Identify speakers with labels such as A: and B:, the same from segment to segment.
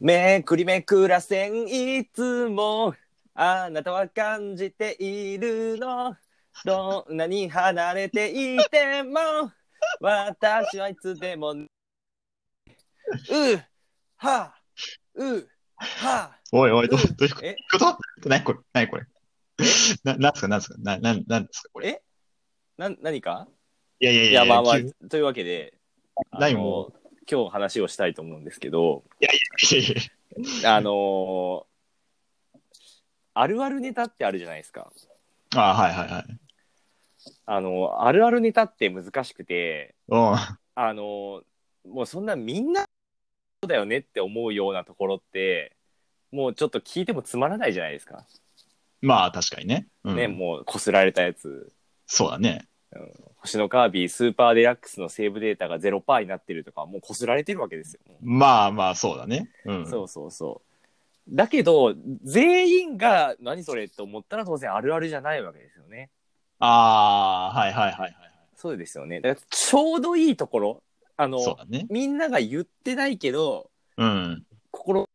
A: めくりめくらせんいつもあなたは感じているのどんなに離れていても私はいつでもうはうは
B: おいおい、どうどういうこ
A: え
B: と何これ何これななんすか何すかなななんですかこれ
A: えな何か
B: いやいや
A: い
B: いや
A: やまあま
B: 急に
A: あというわけであ
B: 何
A: の
B: も
A: 今日話をしたいと思うんですけど
B: いやいやい
A: あのあるあるネタってあるじゃないですか。
B: やあはいはいはい。
A: あのあるあるネタって難しくて
B: うん。
A: あのもうそんなみんなそうだよねって思うようなところってもうちょっと聞いてもつまらないじゃないですか、
B: まあ確かにね。うん、
A: ねもうこすられたやつ
B: そうだね。
A: 星のカービィスーパーデラックスのセーブデータが0%になってるとかもうこすられてるわけですよ、
B: まあまあそうだね。うん。
A: そうそうそうだけど全員が何それって思ったら当然あるあるじゃないわけですよね
B: ああ、はいはいはいはい。
A: そうですよねだからちょうどいいところあの
B: そうだね。
A: みんなが言ってないけど
B: うん。
A: 心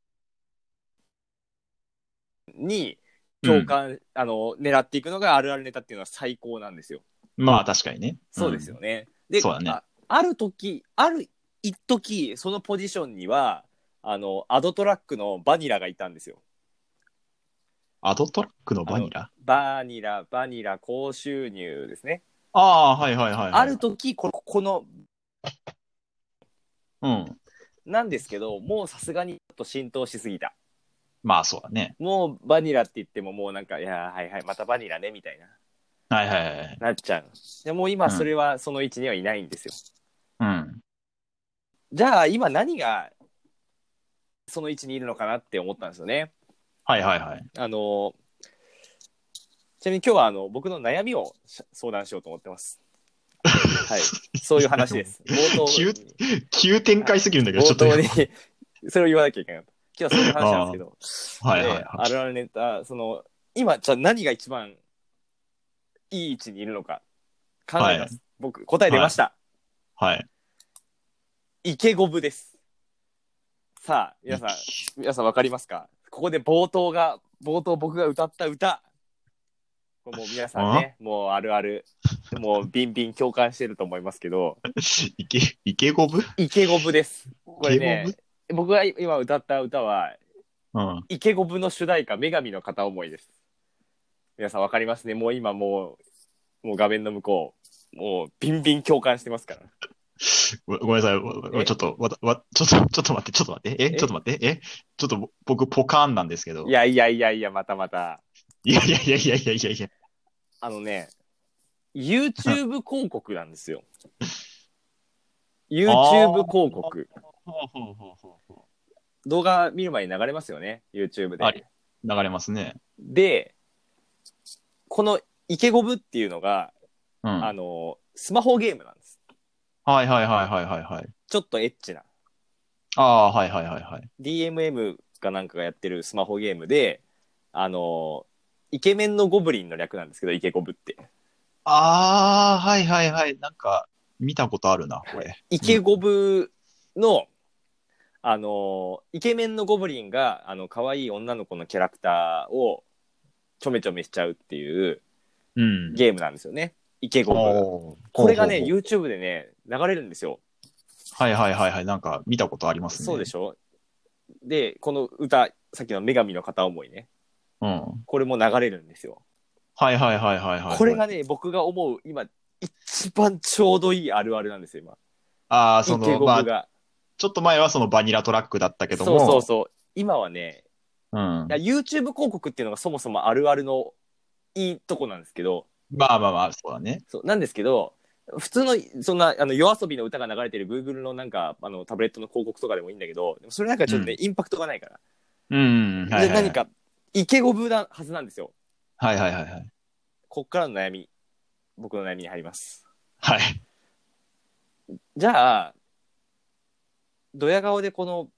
A: に共感、あの狙っていくのがあるあるネタっていうのは最高なんですよ。
B: まあ確かにね。
A: そうですよね。で
B: そうだね
A: あ、ある時ある一時そのポジションにはあのアドトラックのバニラがいたんですよ。
B: うん。アドトラックのバニラ
A: バニラバニラ高収入ですね。
B: ああー、はいはいはいはい。
A: ある時ここの
B: うん。
A: なんですけどもうさすがにちょっと浸透しすぎた。
B: まあそうだね。
A: もうバニラって言ってももうなんかいやーはいはいまたバニラねみたいな
B: はいはいはいはい。
A: なっちゃう。でもう今それはその位置にはいないんですよ。
B: うん。
A: じゃあ今何がその位置にいるのかなって思ったんですよね。
B: はいはいはい。
A: あのちなみに今日はあの僕の悩みをし相談しようと思ってます。はい、そういう話 です。冒頭
B: 急急展開すぎるんだけど、ち
A: 冒
B: ょっと。
A: 頭にそれを言わなきゃいけなかった。今日はそういう話なんですけど、
B: はいはい
A: で
B: は
A: あるあるネタその今じゃあ何が一番いい位置にいるのか考えます。僕答え出ました。
B: い。はい。
A: 池ゴブです。さあ、皆さん、皆さんわかりますかここで冒頭が、冒頭僕が歌った歌。これもう皆さんね、もうあるある、もうビンビン共感してると思いますけど、
B: イケ、イケゴブ
A: 池ゴブです。これね
B: イケ、
A: 僕が今歌った歌は、
B: うん。
A: 池ゴブの主題歌、女神の片思いです。皆さんわかりますね。もう今もう、もう画面の向こう、もうビンビン共感してますから。
B: ごごめんなさい。わわ
A: え
B: ちょっと、わた、わ、ちょっと、ちょっと待って、ちょっと待って。え、
A: え
B: ちょっと待って。え、ちょっとぼ僕、ポカーンなんですけど。
A: いやいやいやいや、またまた。
B: いやいやいやいやいやいやいや。
A: あのね、YouTube 広告なんですよ。YouTube 広告。
B: ほうほうほうほうほ
A: 動画見る前に流れますよね、YouTube
B: は
A: で
B: い。う。流れますね。
A: で、このイケゴブっていうのが、
B: うん。は
A: あ
B: い
A: の、スマホゲームなんです。
B: はいはいはいはいはい。
A: ちょっとエッチな。
B: ああ、はいはいはいはい。
A: DMM かなんかがやってるスマホゲームで、あの、イケメンのゴブリンの略なんですけど、イケゴブって。
B: ああ、はいはいはい。なんか、見たことあるな、これ。
A: イケゴブの、あのイケメンのゴブリンがあの可愛い女の子のキャラクターをちょめちょめしちゃうっていう
B: うん。
A: ゲームなんですよね。イケゴブ。
B: おー
A: これがね、
B: ほうほうほう
A: YouTube でね、流れるんですよ。
B: はいはいはいはい。なんか、見たことありますね。
A: そうでしょで、この歌、さっきの女神の片思いね、
B: うん。
A: これも流れるんですよ。
B: はいはいはいはいはい。
A: これがね、僕が思う、今、一番ちょうどいいあるあるなんですよ、今。
B: ああ、そ
A: イケ
B: の、
A: ゴ
B: まあ
A: ブ、が。
B: ちょっと前はそのバニラトラックだったけど
A: そう
B: も、
A: そうそう。今はね、
B: う。ん。
A: いや YouTube 広告っていうのがそもそもあるあるのいいとこなんですけど
B: まあまあまあ、そうだね。
A: そうなんですけど普通のそんなあの夜遊びの歌が流れてる Google のなんかあのタブレットの広告とかでもいいんだけどでもそれなんかちょっとね、インパクトがないから、
B: うん。はいはい
A: で
B: はい
A: 何。かイケゴブなはずなんですよ
B: はいはいはいはい。
A: こっからの悩み僕の悩みに入ります
B: はい。
A: じゃあドヤ顔でこの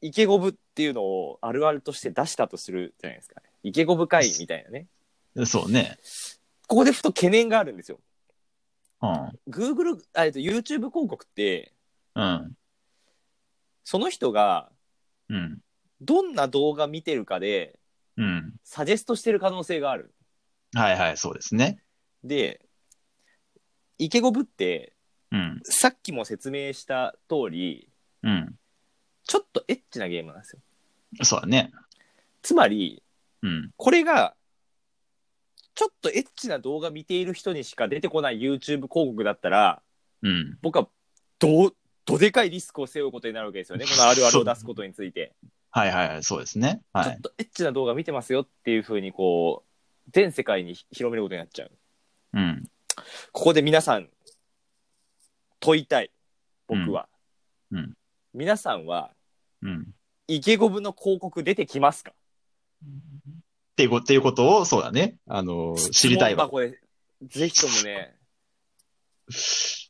A: イケゴブっていうのをあるあるとして出したとするじゃないですか、イケゴブ会みたいなね
B: そうね。
A: ここでふと懸念があるんですよ
B: うん。
A: Google、あえっと YouTube 広告って、
B: うん。
A: その人が
B: うん。
A: どんな動画見てるかで、
B: うん。
A: サジェストしてる可能性がある。
B: はいはい、そうですね。
A: で、イケゴブって、
B: うん。
A: さっきも説明した通り、
B: うん。
A: ちょっとエッチなゲームなんですよ。
B: そうだね。
A: つまり、
B: うん。
A: これが、ちょっとエッチな動画見ている人にしか出てこない YouTube 広告だったら、
B: うん。
A: 僕はど、どでかいリスクを背負うことになるわけですよね。このあるあるを出すことについて。
B: はいはいはい、そうですね。
A: ち
B: は
A: ょっ
B: い。
A: とエッチな動画見てますよっていうふうに、こう、全世界に広めることになっちゃう。
B: うん。
A: ここで皆さん、問いたい。僕は。
B: うんうん
A: 皆さんは、
B: うん。っ
A: イケゴブの広告出てきますか
B: ていうこっていうことを、そうだね。あの、知りたいわ
A: 質。問箱でぜひともね、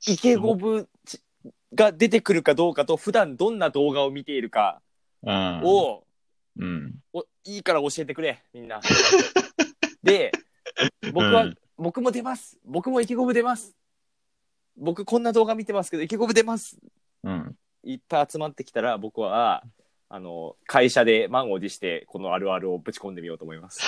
A: イケゴブちが出てくるかどうかと、普段どんな動画を見ているか
B: うん。
A: を、
B: うん。
A: おいいから教えてくれ、み んな。で、僕は、
B: うん
A: 僕も出ます。僕もイケゴブ出ます。僕こんな動画見てますけど、イケゴブ出ます。
B: うん。
A: いっぱい集まってきたら、僕は、あの、会社で満を持して、このあるあるをぶち込んでみようと思います。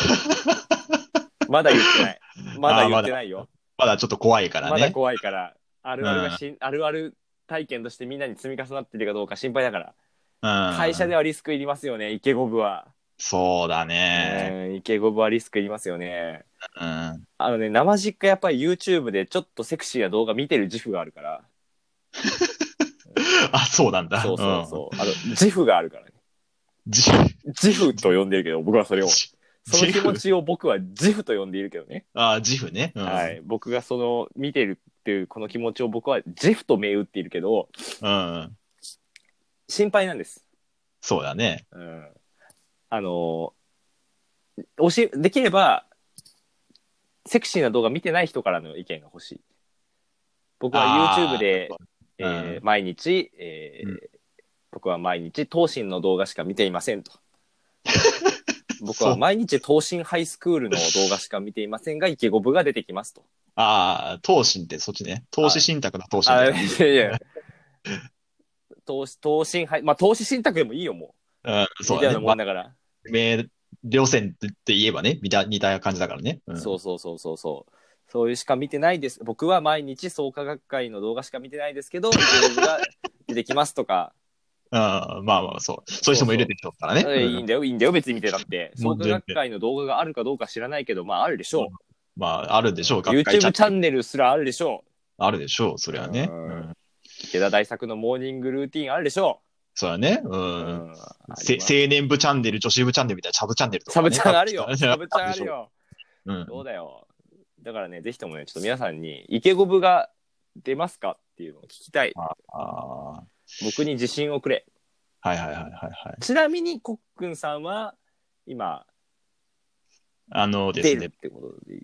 A: まだ言ってない。まだ言ってないよ。
B: まだちょっと怖いか
A: ま
B: ら
A: だ
B: ね。
A: 怖いから、あるあるがしん、あるある体験としてみんなに積み重なってるかどうか心配だから。
B: うん。
A: 会社ではリスクいりますよね、イケゴブは。
B: そうだね。
A: うんイケゴブはリスクいりますよね。
B: うん。
A: あのね、生実家やっぱり YouTube でちょっとセクシーな動画見てる自負があるから。
B: あ、そうなんだ。
A: そうそう
B: うん。
A: そう。あの、自負があるからね。
B: じ
A: 自負と呼んでるけど、僕はそれを。
B: じ
A: その気持
B: 自負
A: ちを僕は自負と呼んでいるけどね。
B: あ、自負ね。うん
A: はい。。僕がその、見てるっていうこの気持ちを僕は自負と銘打っているけど、
B: うん。
A: 心配なんです。
B: そうだね。
A: うんあの教えできればセクシーな動画見てない人からの意見が欲しい僕は
B: あー
A: YouTube で、えー
B: うん
A: 毎日、えー
B: う
A: 僕は毎日東進の動画しか見ていませ んと僕は毎日東進ハイスクールの動画しか見ていませんがイケゴブが出てきますと
B: ああ、投資ってそっちね。投資信託の投資
A: あ
B: ね。
A: いやいや東東進ハイまあ投資信託でもいいよも
B: うん、
A: う
B: そ
A: み
B: う
A: たい
B: だ
A: な
B: ね。
A: もん
B: ま
A: だから
B: 名、両線って言えばね、似た、似た感じだからね。うん
A: そうそうそうそうそう。そういうしか見てないです。僕は毎日創価学会の動画しか見てないですけど、動画が出てきますとか、
B: うん、まあまあ、そう。そういう人もいるでしょうからね。
A: えいい
B: うん
A: んだよ、いいんだよ、別に見てたって。創
B: もう
A: 価
B: 全然
A: 学会の動画があるかどうか知らないけど、まああるでしょ
B: まあ、あるでしょ
A: う。
B: う。学会
A: YouTube チャンネルすらあるでしょ
B: あるでしょう。それはね。
A: う
B: うんん。
A: う。池田大作のモーニングルーティンあるでしょ
B: そうだね。う
A: う。
B: ん。
A: うん
B: せ青年部チャンネル、女子部チャンネルみたいな、サブチャンネルと
A: サ
B: か
A: ブ
B: ね、
A: チャンあ るよ。サブチャンあ
B: でし
A: る
B: ょ
A: よ。
B: うん。
A: そうだよ。だからね、ぜひともね、ちょっと皆さんに、イケゴブが出ますかっていうのを聞きたい。
B: ああ。は
A: 僕に自信をくれ。
B: いはいはいはいはい。
A: ちなみに、こっくんさんは、今、
B: あので
A: 出
B: す
A: るっ
B: ね、
A: てことでいい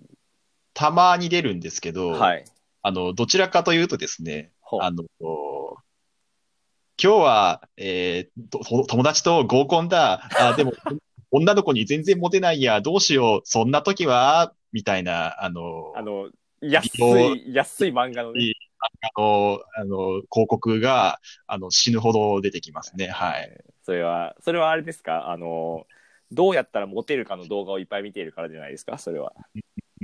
B: たまに出るんですけど、
A: はい。
B: あの、どちらかというとですね、
A: ほう
B: あの、今日は、えーと、と友達と合コンだ。あ、でも、 女の子に全然モテないや。どうしよう。そんな時は、みたいな、あの、
A: あの、安
B: 美
A: い、安い漫画のね
B: い。あの、あの広告が、あの、死ぬほど出てきますね。はい。
A: それは、それはあれですかあの、どうやったらモテるかの動画をいっぱい見ているからじゃないですかそれは。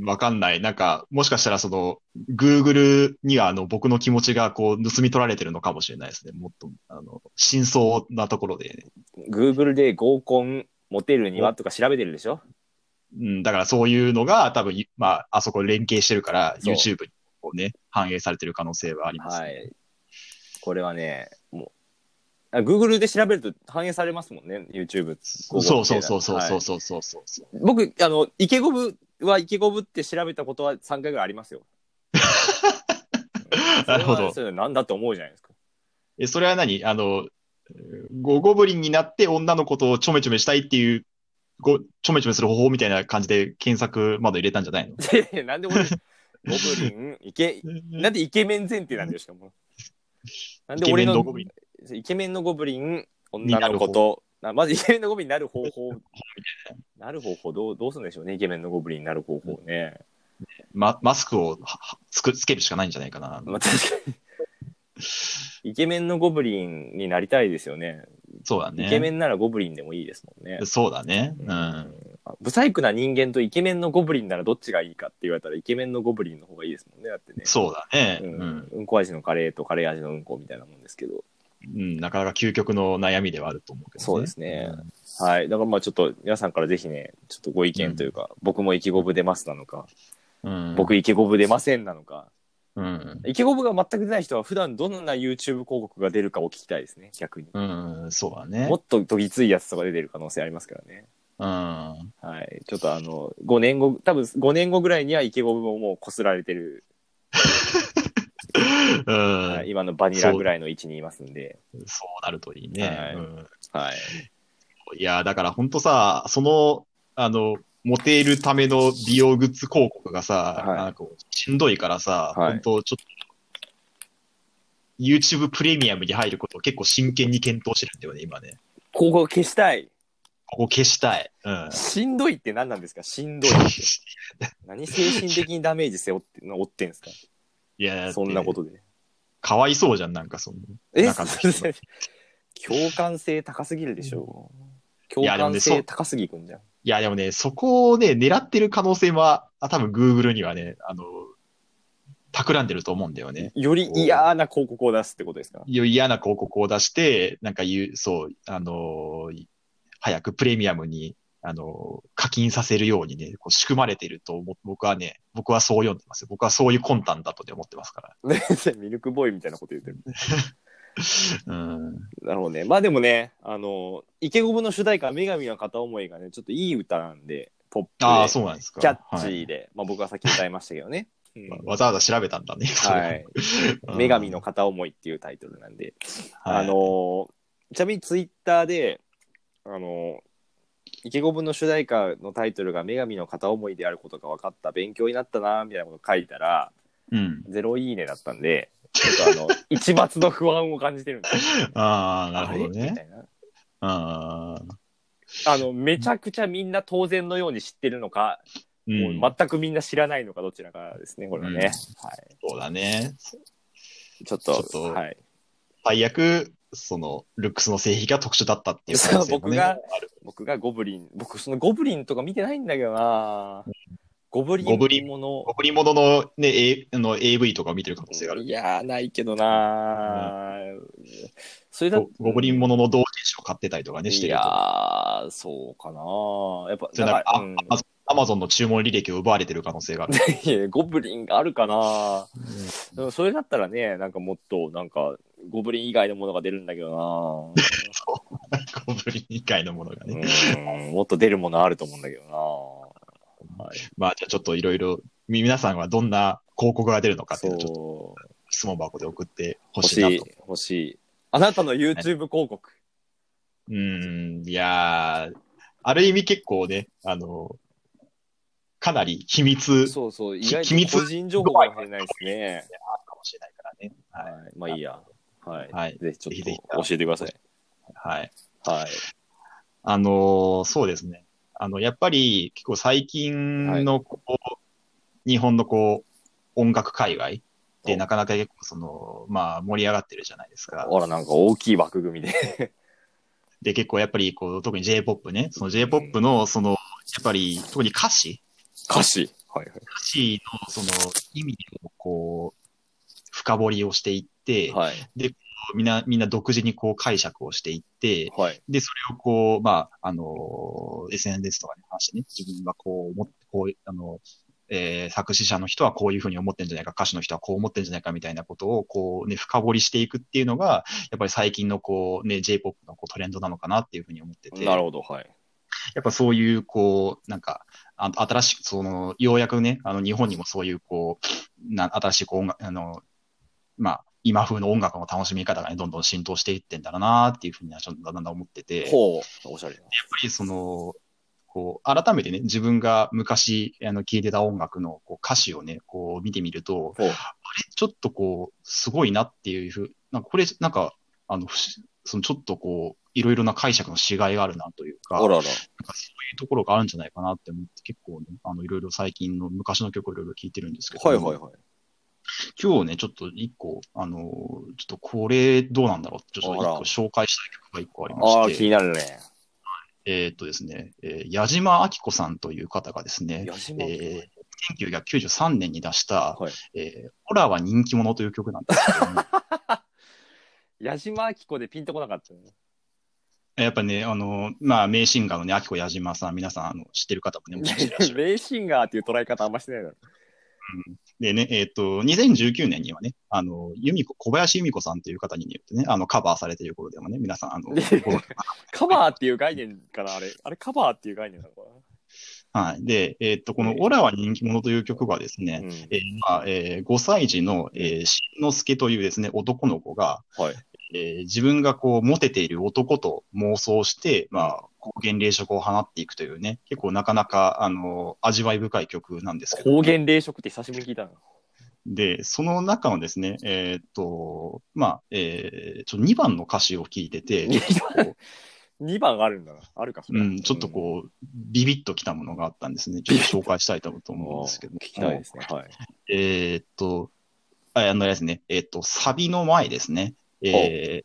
B: わかんない。なんか、もしかしたらその、Google にはあの、僕の気持ちがこう、盗み取られてるのかもしれないですね。もっと、あの、真相なところで、
A: Google で合コン、モテるにはとか調べてるでしょ
B: うん、だからそういうのが多分、いまあ、あそこ連携してるから、
A: そう
B: YouTube にこうね、反映されてる可能性はあります
A: は
B: ね。
A: い。これはね、もう、あ Google で調べると反映されますもんね、YouTube。
B: そうそうそうそうそう
A: はい
B: そうそうそうそう。
A: 僕、あの、イケゴブはイケゴブって調べたことは3回ぐらいありますよ。
B: なるほ ど。
A: それはなんだって思うじゃないですか。
B: え、それは何あの、ゴゴブリンになって女の子とちょめちょめしたいっていう、ご、ちょめちょめする方法みたいな感じで検索窓入れたんじゃないの
A: いやいや なんで 俺、ゴブリン、イケ、なんでイケメン前提なんですか、もう。なん
B: イ
A: で
B: ケメ
A: 俺
B: ン
A: の
B: のゴブリン
A: イケメンのゴブリン、女の子と、なまずイケメンのゴブリンになる方法、なる方法どう、どうするんでしょうね、イケメンのゴブリンになる方法ね。
B: ま、マスクをははつく、つけるしかないんじゃないかな。
A: まあ、確かに。イケメンのゴブリンになりたいですよね。
B: そうだね。
A: イケメンならゴブリンでもいいですもんね。
B: そうだね。うん。
A: あブサイクな人間とイケメンのゴブリンならどっちがいいかって言われたらイケメンのゴブリンの方がいいですもんねだってね
B: そうだね。う
A: うん
B: ん。
A: うんこ味のカレーとカレー味のうんこみたいなもんですけど
B: うん。なかなか究極の悩みではあると思うけどね。
A: そうですねはいだからまあちょっと皆さんからぜひねちょっとご意見というか、僕もイケゴブ出ますなのか、
B: うん。うん。
A: 僕イケゴブ出ませんなのか
B: うん。
A: イケゴブが全く出ない人は普段どんな YouTube 広告が出るかを聞きたいですね逆に、
B: うん。そうだね
A: も。っとどぎついやつとか出てる可能性ありますからね
B: うん。
A: はいちょっとあの5年後多分5年後ぐらいにはイケゴブももうこすられてる、
B: う
A: はい
B: ん。
A: 今のバニラぐらいの位置にいますんで
B: そうなるといい
A: は
B: ね
A: い。
B: うん。
A: はい
B: いやー、だからほんとさ、その、あの、モテるための美容グッズ広告がさ、
A: はい
B: なんかこうしんどいからさ、
A: はい
B: ほんとちょっと、YouTube プレミアムに入ることを結構真剣に検討してるんだよね、今ね。
A: ここ消したい
B: ここ消したい。うん。
A: しんどいって何なんですかしんどいって何精神的にダメージ背負って負ってんですか
B: いや、だって
A: そんなことで
B: かわいそうじゃん、なんかその。
A: え
B: 中の人が
A: 共感性高すぎるでしょ共
B: いやでも
A: 感
B: ね
A: 性高すぎくんじゃん
B: いや、でもね、そこをね、狙ってる可能性は、あ多分 Google にはね、あの、企んでると思うんだよね。
A: より嫌な広告を出すってことですか
B: よ嫌な広告を出して、なんか言う、そう、あのー早くプレミアムに、あのー課金させるようにね、こう仕組まれてると思、僕はね、僕はそう読んでますよ。僕はそういう魂胆だとで思ってますか
A: ねミルクボーイみたいなこと言ってる。
B: ら。うん。
A: なるほどね。まあでもね、あの、池ゴムの主題歌、女神の片思いがね、ちょっといい歌なんで、ポップで、
B: ああ、そうなんですか。
A: キャッチ
B: はい
A: ーで、まあ僕はさっき歌いましたけどね。うん
B: わざわざ調べたんだね。
A: はい。
B: うん
A: 女神の、片思いっていうタイトルなんで、
B: はい
A: あの、ーちなみにツイッターで、あのー池子分の主題歌のタイトルが「女神の片思い」であることが分かった勉強になったなみたいなこと書いたら
B: うん。
A: ゼロいいねだったんでち ょっとあの一抹の不安を感じてるんです
B: ああ、なるほど
A: あれみ
B: ね
A: た。いな
B: ああ、
A: あのめちゃくちゃみんな当然のように知ってるのか、
B: うん。
A: もう全くみんな知らないのかどちらかですねこれはね、
B: うん
A: は
B: そうだね。
A: い、ちょっと
B: ちょっと
A: はい、
B: 最悪、その、ルックスの性癖が特殊だったっていう可能性もね
A: そう
B: あ
A: 僕が
B: る。
A: 僕がゴブリン僕そのゴブリンとか見てないんだけどなゴブリン
B: ゴブリン
A: もの
B: 贈り物のね、A、あの AV とか見てる可能性がある。
A: いやー、ないけどなー、それだ
B: ゴゴブリンものの同人誌を買ってたりとかね、して
A: い
B: る
A: や
B: と。
A: ー、そうかなーやっぱ、
B: それなんか
A: だ
B: あ
A: らうん
B: あアマゾンの注文履歴を奪われてる可能性 がある。
A: いやゴブリンがあるかなーでもそれだったらね、なんかもっと、なんか、ゴブリン以外のものが出るんだけど
B: ゴブリン以外のものが
A: なー
B: ね。
A: うんもっと出るものあると思うんだけどなーはい、
B: まあ、じゃあちょっといろいろ、み皆さんはどんな広告が出るのかっていうのをちょっと
A: そう。
B: 質問箱で送ってほ
A: 欲
B: し
A: し
B: いないと。、
A: 欲しい。あなたの YouTube 広告。
B: うん、いやー、ある意味結構ね、あの、かなり秘密か
A: そうそう、意外
B: 秘
A: と
B: 密
A: 個人情報かもしれないですね。
B: もしれないからね。はい。
A: はい、まあいいや。はい。
B: はい。
A: ぜひち
B: ぜひ
A: ょ
B: ぜ
A: っ
B: ひ
A: と教えてください。
B: はい。
A: はい。
B: あのーそうですね。あの、やっぱり結構最近のこう、日本のこう、音楽界隈って
A: お
B: なかなか結構その、まあ盛り上がってるじゃないですか。
A: ほら、なんか大きい枠組みで。
B: で、結構やっぱりこう、特に J-POP ね、その J-POP のその、やっぱり特に歌詞、
A: 歌詞。はい
B: 歌詞のその意味をこう、深掘りをしていって、
A: はい。
B: みんな、みんな独自にこう解釈をしていって、
A: はい。はい。
B: で、それをこう、まあ、あの、SNS とかに話してね、自分はこう思って、こう、あの、えー作詞者の人はこういうふうに思ってんじゃないか、歌手の人はこう思ってんじゃないかみたいなことを、こうね、深掘りしていくっていうのが、やっぱり最近のこう、ね、J-POP のこうトレンドなのかなっていうふうに思ってて、
A: なる
B: や
A: ほど、はい。
B: っぱそういう、こう、なんか、あ新しく、その、ようやくね、あの、日本にもそういう、こう、な新しいこう音楽、あの、まあ、今風の音楽の楽しみ方がね、どんどん浸透していってんだろうなっていうふうには、ちょっとだんだん思ってて。
A: ほう。おしゃれな。
B: やっぱりその、こう、改めてね、自分が昔、あの、聴いてた音楽のこう歌詞をね、こう見てみると、
A: ほう。
B: あれ、ちょっとこう、すごいなっていうふう、なんかこれ、なんか、あの、不思そのちょっとこう、いろいろな解釈の違いがあるなというか、
A: あ
B: なんから
A: ら。
B: そういうところがあるんじゃないかなって思って、結構ね、あの、いろいろ最近の昔の曲をいろいろ聴いてるんですけど、
A: はいはいはい。
B: 今日ね、ちょっと一個、あのーちょっとこれどうなんだろうってちょっと一
A: あら
B: 個紹介したい曲が一個ありま
A: ああ、
B: し
A: 気
B: て、
A: になるね。
B: えーっとですね、えー矢島明子さんという方がですね、
A: 吉本。
B: えー、1993年に出した、
A: はい
B: えーホラーは人気者という曲なんですけど も、
A: 矢島明子でピンとこなか ったね。
B: やっぱね、あの、まあ、名シンガーのね、明子矢島さん、皆さん、あの、知ってる方 もね、もしかしていらっしゃる。
A: レイシンガーっていう捉え方あんまして ないだろ。
B: でね、えっ、と、2019年にはね、あの、由美子、小林由美子さんという方によってね、あの、カバーされていることでもね、皆さん、あ の、ご存知
A: カバーっていう概念かなあれ。あれカバーっていう概念なのか
B: はい。で、えっ、と、この、オラは人気者という曲はです
A: な、う
B: ね、
A: ん、
B: えーまあえー5歳児の、えー、しんのすけというですね、男の子が、
A: はい
B: えー自分がこう、モテている男と妄想して、まあ、光原霊食を放っていくというね、結構なかなか、あの、味わい深い曲なんですけど、
A: 高原霊食って久しぶりに聞いたな。
B: で、その中のですね、えーっと、まあ、えー、ちょ2番の歌詞を聞いてて、ちょっとこ、
A: 2番あるんだな。あるか、そうれ。
B: うん、ちょっとこう、ビビッときたものがあったんですね。ちょっと紹介したいと思うんですけど
A: 聞きたいですね。はい。
B: えーっと、あ、あの、あれですね、えーっと、サビの前ですね。えー、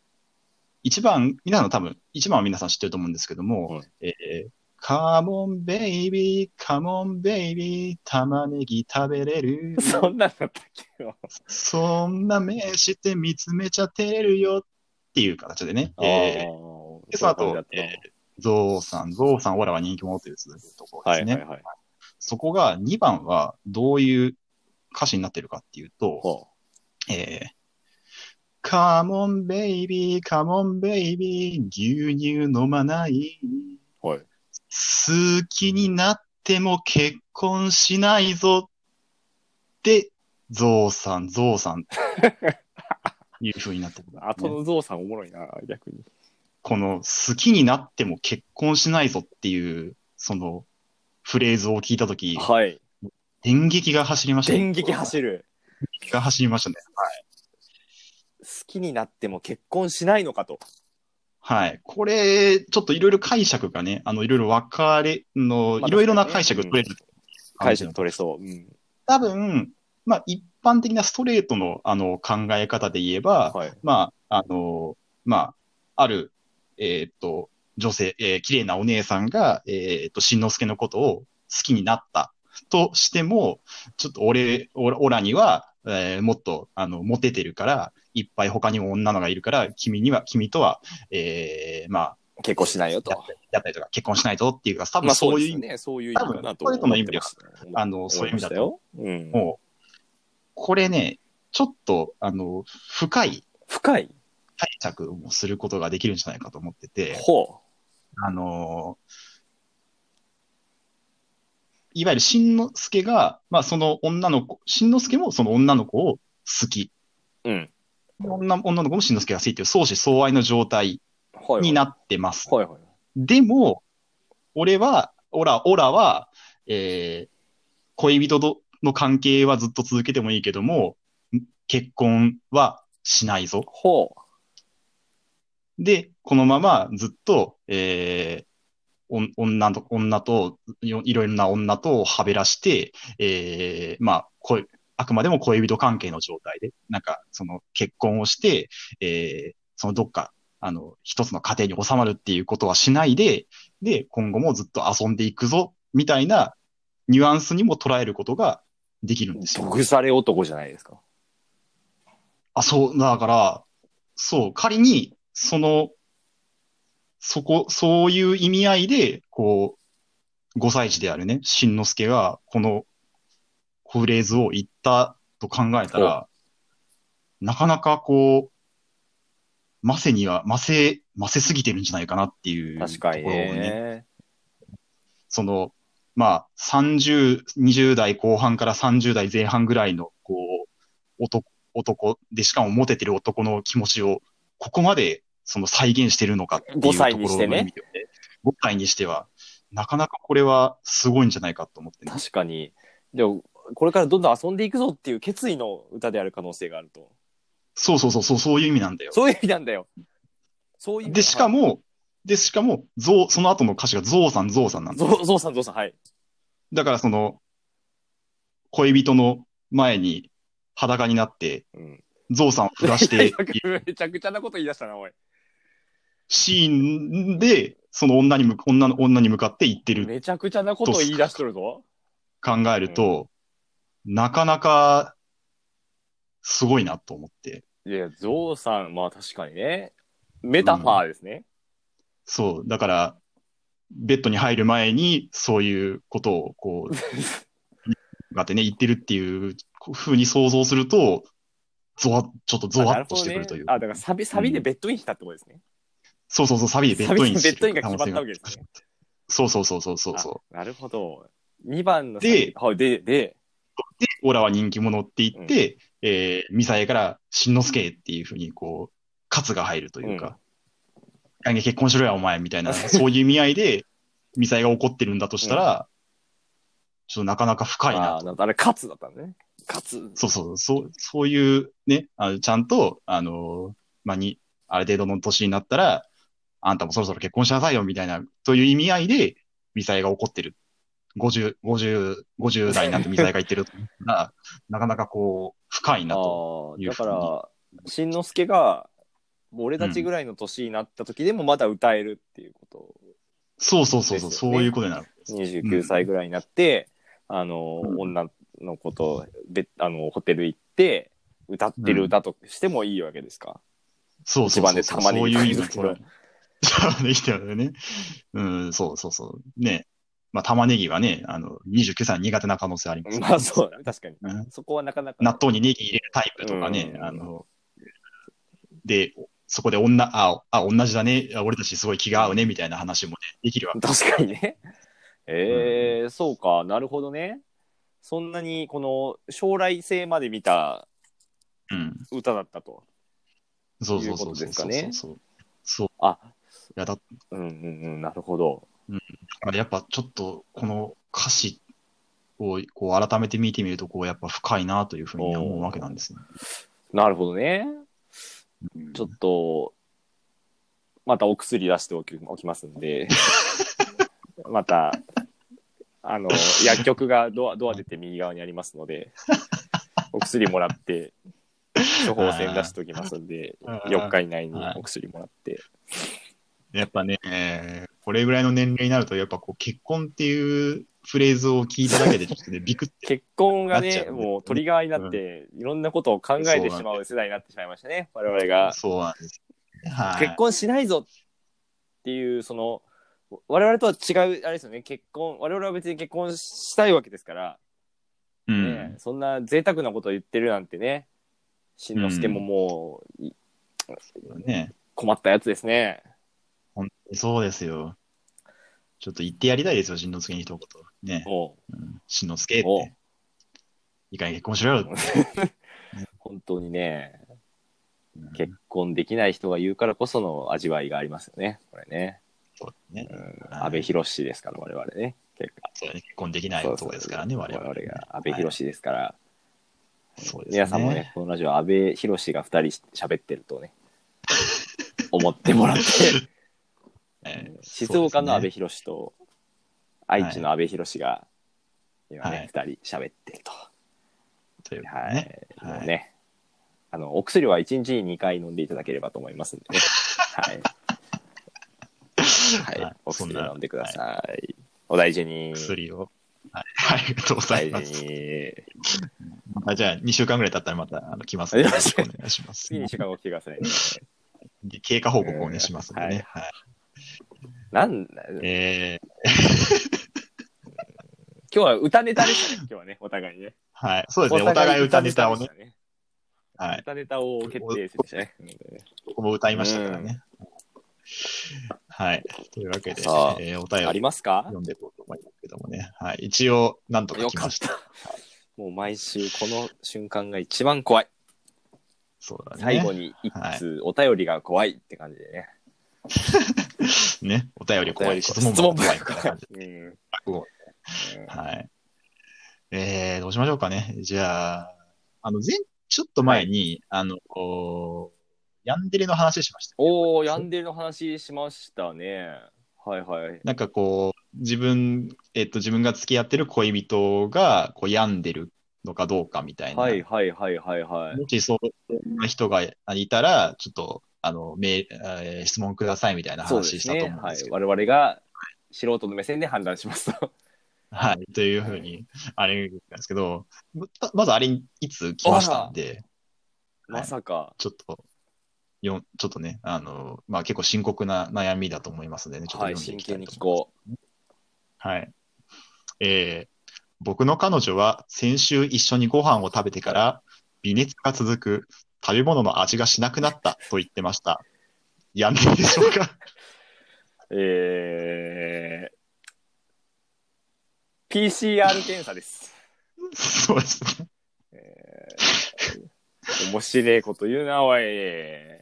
B: 一番、皆さん多分、一番は皆さん知ってると思うんですけども、えー、カモンベイビー、カモンベイビー、玉ねぎ食べれる。
A: そんなんだったっけよ。
B: そんな目して見つめちゃてるよっていう形でね、えー、で、その後、えー、ゾウさん、ゾウさん、オラは人気者というところ
A: は
B: です
A: い
B: ね。
A: はいはい。
B: そこが2番はどういう歌詞になってるかっていうと、
A: ほ
B: えー、カモンベイビー、カモンベイビー、牛乳飲まない。
A: うはい。
B: 好きになっても結婚しないぞって、ゾウさん、ゾウさん、 いう風になってくる、
A: 後のゾウさんおもろいな、逆に。
B: この好きになっても結婚しないぞっていう、そのフレーズを聞いたとき、
A: はい。
B: 電撃が走りましたね。
A: 電撃走る。
B: 電撃が走りましたね。
A: 好きになっても結婚しないのかと。
B: はい。これ、ちょっといろいろ解釈がね、あの、いろいろ分かれ、の、
A: まあ
B: いろいろな
A: 確かにね
B: 解釈取れる。
A: 解釈取れそう。うん。
B: 多分、まあ、一般的なストレートの、あの、考え方で言えば、
A: はい。
B: まあ、あの、まあ、ある、えーっと、女性、えー綺麗なお姉さんが、えーっと、しんのすけのことを好きになったとしても、ちょっと俺、オラオラには、えーもっと、あの、モテてるから、いっぱい他にも女の子がいるから、君には、君とは、えーまあ、
A: 結婚しないよと。
B: だったりとか、結婚しないぞっていうか、多
A: ま
B: 分
A: あそ
B: そうう
A: で
B: いう意
A: す
B: 味、
A: ね。そういう意味かなと
B: 多分ストレートの意味では
A: 思ってました
B: あの、そういう意味だと、
A: 思いましたよ。うん。
B: もう、これね、ちょっと、あの、深い
A: 深い。
B: 解釈をすることができるんじゃないかと思ってて、
A: ほ
B: あのーいわゆるしんのすけが、まあ、その女の子、しんのすけもその女の子を好き。
A: う。うん。
B: 女女の子もしんのすけが好きという相思相愛の状態
A: はい。
B: になってます。
A: はいはい。
B: でも、俺は、オラ、オラは、えー恋人との関係はずっと続けてもいいけども、結婚はしないぞ。
A: ほう。
B: で、このままずっと、えーおん女と、女と、よいろいろな女とはべらして、えーまあ、恋、あくまでも恋人関係の状態で、なんか、その結婚をして、えーそのどっか、あの、一つの家庭に収まるっていうことはしないで、で、今後もずっと遊んでいくぞ、みたいなニュアンスにも捉えることができるんですよ。
A: 毒され男じゃないですか。
B: あ、そう、だから、そう、仮に、その、そこ、そういう意味合いで、こう、5歳児であるね、しんのすけが、このフレーズを言ったと考えたら、なかなかこう、ませには、ませ、ませすぎてるんじゃないかなっていう
A: 確かに
B: ところをね
A: ね。
B: その、まあ、30、20代後半から30代前半ぐらいの、こう、男、男で、しかもモテてる男の気持ちを、ここまで、その再現してるのかっていうと
A: 5
B: こ
A: 歳
B: ろ
A: にして
B: の
A: ね
B: 意味ではね5歳にしては、なかなかこれはすごいんじゃないかと思ってね。
A: 確かに。でも、これからどんどん遊んでいくぞっていう決意の歌である可能性があると。
B: そうそうそう、そうそういう意味なんだよ。
A: そういう意味なんだよ。そういう意味
B: で、しか
A: も、
B: も、で、しかも、ゾウ、その後の歌詞がゾウさん、ゾウさんなんだよ
A: ゾウゾウさん、ゾウさん、はい。
B: だからその、恋人の前に裸になって、
A: うん。
B: ゾウさんを降 らして、
A: めちゃくちゃなこと言い出したな、おい。
B: シーンで、その女に向、女の女に向かって言ってる
A: めちゃくちゃなこと言い出しとるぞ。
B: 考えると、なかなか、すごいなと思って。
A: いや、ゾウさん、まあ確かにね。メタファーですね。
B: そう。だから、ベッドに入る前に、そういうことを、こう、がってね、言ってるっていうふうに想像すると、ゾワッ、ちょっとゾ
A: あ
B: ワ
A: な
B: ッと
A: ほ
B: し
A: ど
B: て
A: ね
B: くるという。
A: あ、だからサビ、サビでベッドインしたってことですね。
B: そうそうそう、サビでベ
A: サ
B: ッドイ
A: ビ
B: ン
A: で
B: して
A: ベッドイン
B: る
A: が
B: 可
A: 決
B: 能
A: まっ
B: 性
A: た
B: が
A: わけですね。
B: そうそうそうそうそうそう。
A: なるほど。2番の
B: で
A: はいで、で、
B: で、オラは人気者って言って、えーミサエから、しんのすけっていうふうに、こう、喝が入るというか、来年結婚しろや、お前、み たいな、そういう意味合いで、ミサエが怒ってるんだとしたら、ちょっとなかなか深いな
A: あーなんかあれ、カツだったのね。カツ。
B: そうそう、そう、そういうね、あのちゃんと、あの、まあ、に、ある程度の年になったら、あんたもそろそろ結婚しなさいよ、みたいな、という意味合いで、ミサイが怒ってる。50、50、50代になってミサイが言ってるが、なかなかこう、深いな
A: ああ
B: と。
A: ー、だから、しんのすけが、もう俺たちぐらいの年になった時でもまだ歌えるっていうこ
B: そうそうそうそう、
A: です
B: そ
A: よ
B: う
A: ね
B: いうことになる。
A: と、29歳ぐらいになって、あの、
B: うん
A: 女の子と別あのホテル行って、歌ってる歌としてもいいわけですか。
B: そうそうそう。
A: 一番でたまに
B: そういう意味
A: 言うけど
B: そう玉ねぎだよね。うん、そうそうそう。ね。まあ、玉ねぎはね、あの、29歳は苦手な可能性ありま す、
A: まあそうだね、確かに。
B: うん
A: そこはなかなか。
B: 納豆にネギ入れるタイプとかね、
A: うん
B: あの、で、そこで女、あ、あ、同じだね、あ俺たちすごい気が合うね、みたいな話もね、できるわ け。
A: 確かに ね。えーそうか、なるほどね。そんなに、この、将来性まで見た
B: うん。
A: 歌だったと。
B: そうそうそう
A: い
B: そうう
A: ことですか
B: そう
A: ね
B: そう。そう。
A: あ、
B: いや、だか
A: うんうんうん、なるほど。
B: らやっぱちょっと、この歌詞を、こう、改めて見てみると、こう、やっぱ深いな、というふうに思うわけなんですね。
A: なるほどね。ちょっと、またお薬出しておきおきますん で、また、あの、薬局がドア、ドア出て右側にありますので、お薬もらって、処方箋出しておきますんで、
B: あ
A: 4
B: ー
A: 日以内にお薬もらって。
B: やっぱね、えーこれぐらいの年齢になると、やっぱこう、結婚っていうフレーズを聞いただけで、ちょっ とね、ビクって
A: 結婚が
B: なっちゃう
A: ね、
B: ね
A: もうトリガーになって、いろんなことを考えてしまう世代になってしまいましたね、我々が。
B: そうなんです。はい。
A: 結婚しないぞっていう、その、我々とは違う、あれですよね、結婚、我々は別に結婚したいわけですから、
B: うん
A: ねそんな贅沢なことを言ってるなんてね、しんのすけももう、い
B: ね。
A: 困ったやつですね。
B: 本当にそうですよ。ちょっと言ってやりたいですよ、しんのすけに一言。ね。
A: も
B: うんしんのすけっ
A: お
B: て。いいかに結婚しろよって。
A: う、本当にね、
B: うん
A: 結婚できない人が言うからこその味わいがありますよね、これね。
B: そうだね
A: う。ん、安倍博士ですから、我々ね。結構
B: そうだね結婚できない男ですからね、
A: そう
B: 我
A: そう
B: 々。
A: 我々が安倍博士ですから、
B: そうですね。
A: 皆さんもね、このラジオ、安倍博士が2人喋ってると ね、思ってもらって、
B: えー。
A: 静岡の
B: そう
A: 安
B: で
A: 倍
B: すね
A: 博士と、愛知の安倍博士が、今
B: はい
A: ね、2人喋ってると。
B: ということ
A: はい。
B: でね。
A: も
B: はいう
A: ね、あの、お薬は1日に2回飲んでいただければと思いますんでね。はい。はい、
B: はい
A: お
B: そん
A: 薬
B: な
A: 飲んでください。お大事に。
B: 薬を。はい ありがとうご
A: お
B: ざい
A: 大
B: ます。
A: 事に。
B: あじゃあ、2週間ぐらい経ったらまたあの来ますので、
A: よ
B: よ
A: ろ
B: ろ
A: し
B: し
A: く
B: くお願いします。
A: 次に週間後来てくださいね。
B: 経過報告をお願いしますのでね。はい
A: なんだ、
B: えー
A: 今日は歌ネタでしたね、今日はね、お互いね。
B: はい。そうですね。お互い歌ネタをね
A: でし。た。
B: はい。
A: 歌ネタを決定戦でしたね。
B: 僕も歌いましたからね。はい。というわけで、
A: さあ
B: えーお便
A: あり
B: り
A: ますか
B: 読んでいこうと思いますけどもね。はい。一応、なんとか
A: よ
B: 来
A: か
B: ま
A: っ
B: した。
A: た。もう毎週この瞬間が一番怖い。
B: そうだね。
A: 最後に一通お便りが怖いって感じでね。
B: ね。お便り怖い。質問
A: 質問
B: も
A: 怖
B: 怖
A: い
B: い。
A: 怖い。うん
B: はい。えー、どうしましょうかね。じゃあ、あの、前、ちょっと前に、あの、こうヤンデレの話しました。
A: おー、ヤンデルの話しましたね。はいはい。
B: なんかこう、自分、えっと、自分が付き合ってる恋人が、こう、病んでるのかどうかみたいな。
A: はいはいはいはいはい。
B: もしそうな人がいたら、ちょっと、あの、メールえー質問くださいみたいな
A: そうで
B: 話し
A: す
B: たと
A: ね
B: 思。うん
A: は
B: で
A: い
B: すけ。ど。
A: 我々が素人の目線で判断しますと。
B: はい。というふうに、あれなんですけど、ままずあれ、いつ来ましたんで、
A: まさか。
B: ちょっと、よんちょっとね、あの、まあ結構深刻な悩みだと思いますのでね、ちょっと
A: は
B: 読
A: い、
B: んでい
A: 真
B: きた
A: 剣
B: い
A: に
B: と
A: 聞
B: 思います。
A: こ
B: はい。えー僕の彼女は先週一緒にご飯を食べてから微熱が続く、食べ物の味がしなくなったと言ってました。やんでいいでしょうか
A: う。えー、PCR 検査です。
B: そうですね。
A: 面白いこと言うな、おい。
B: え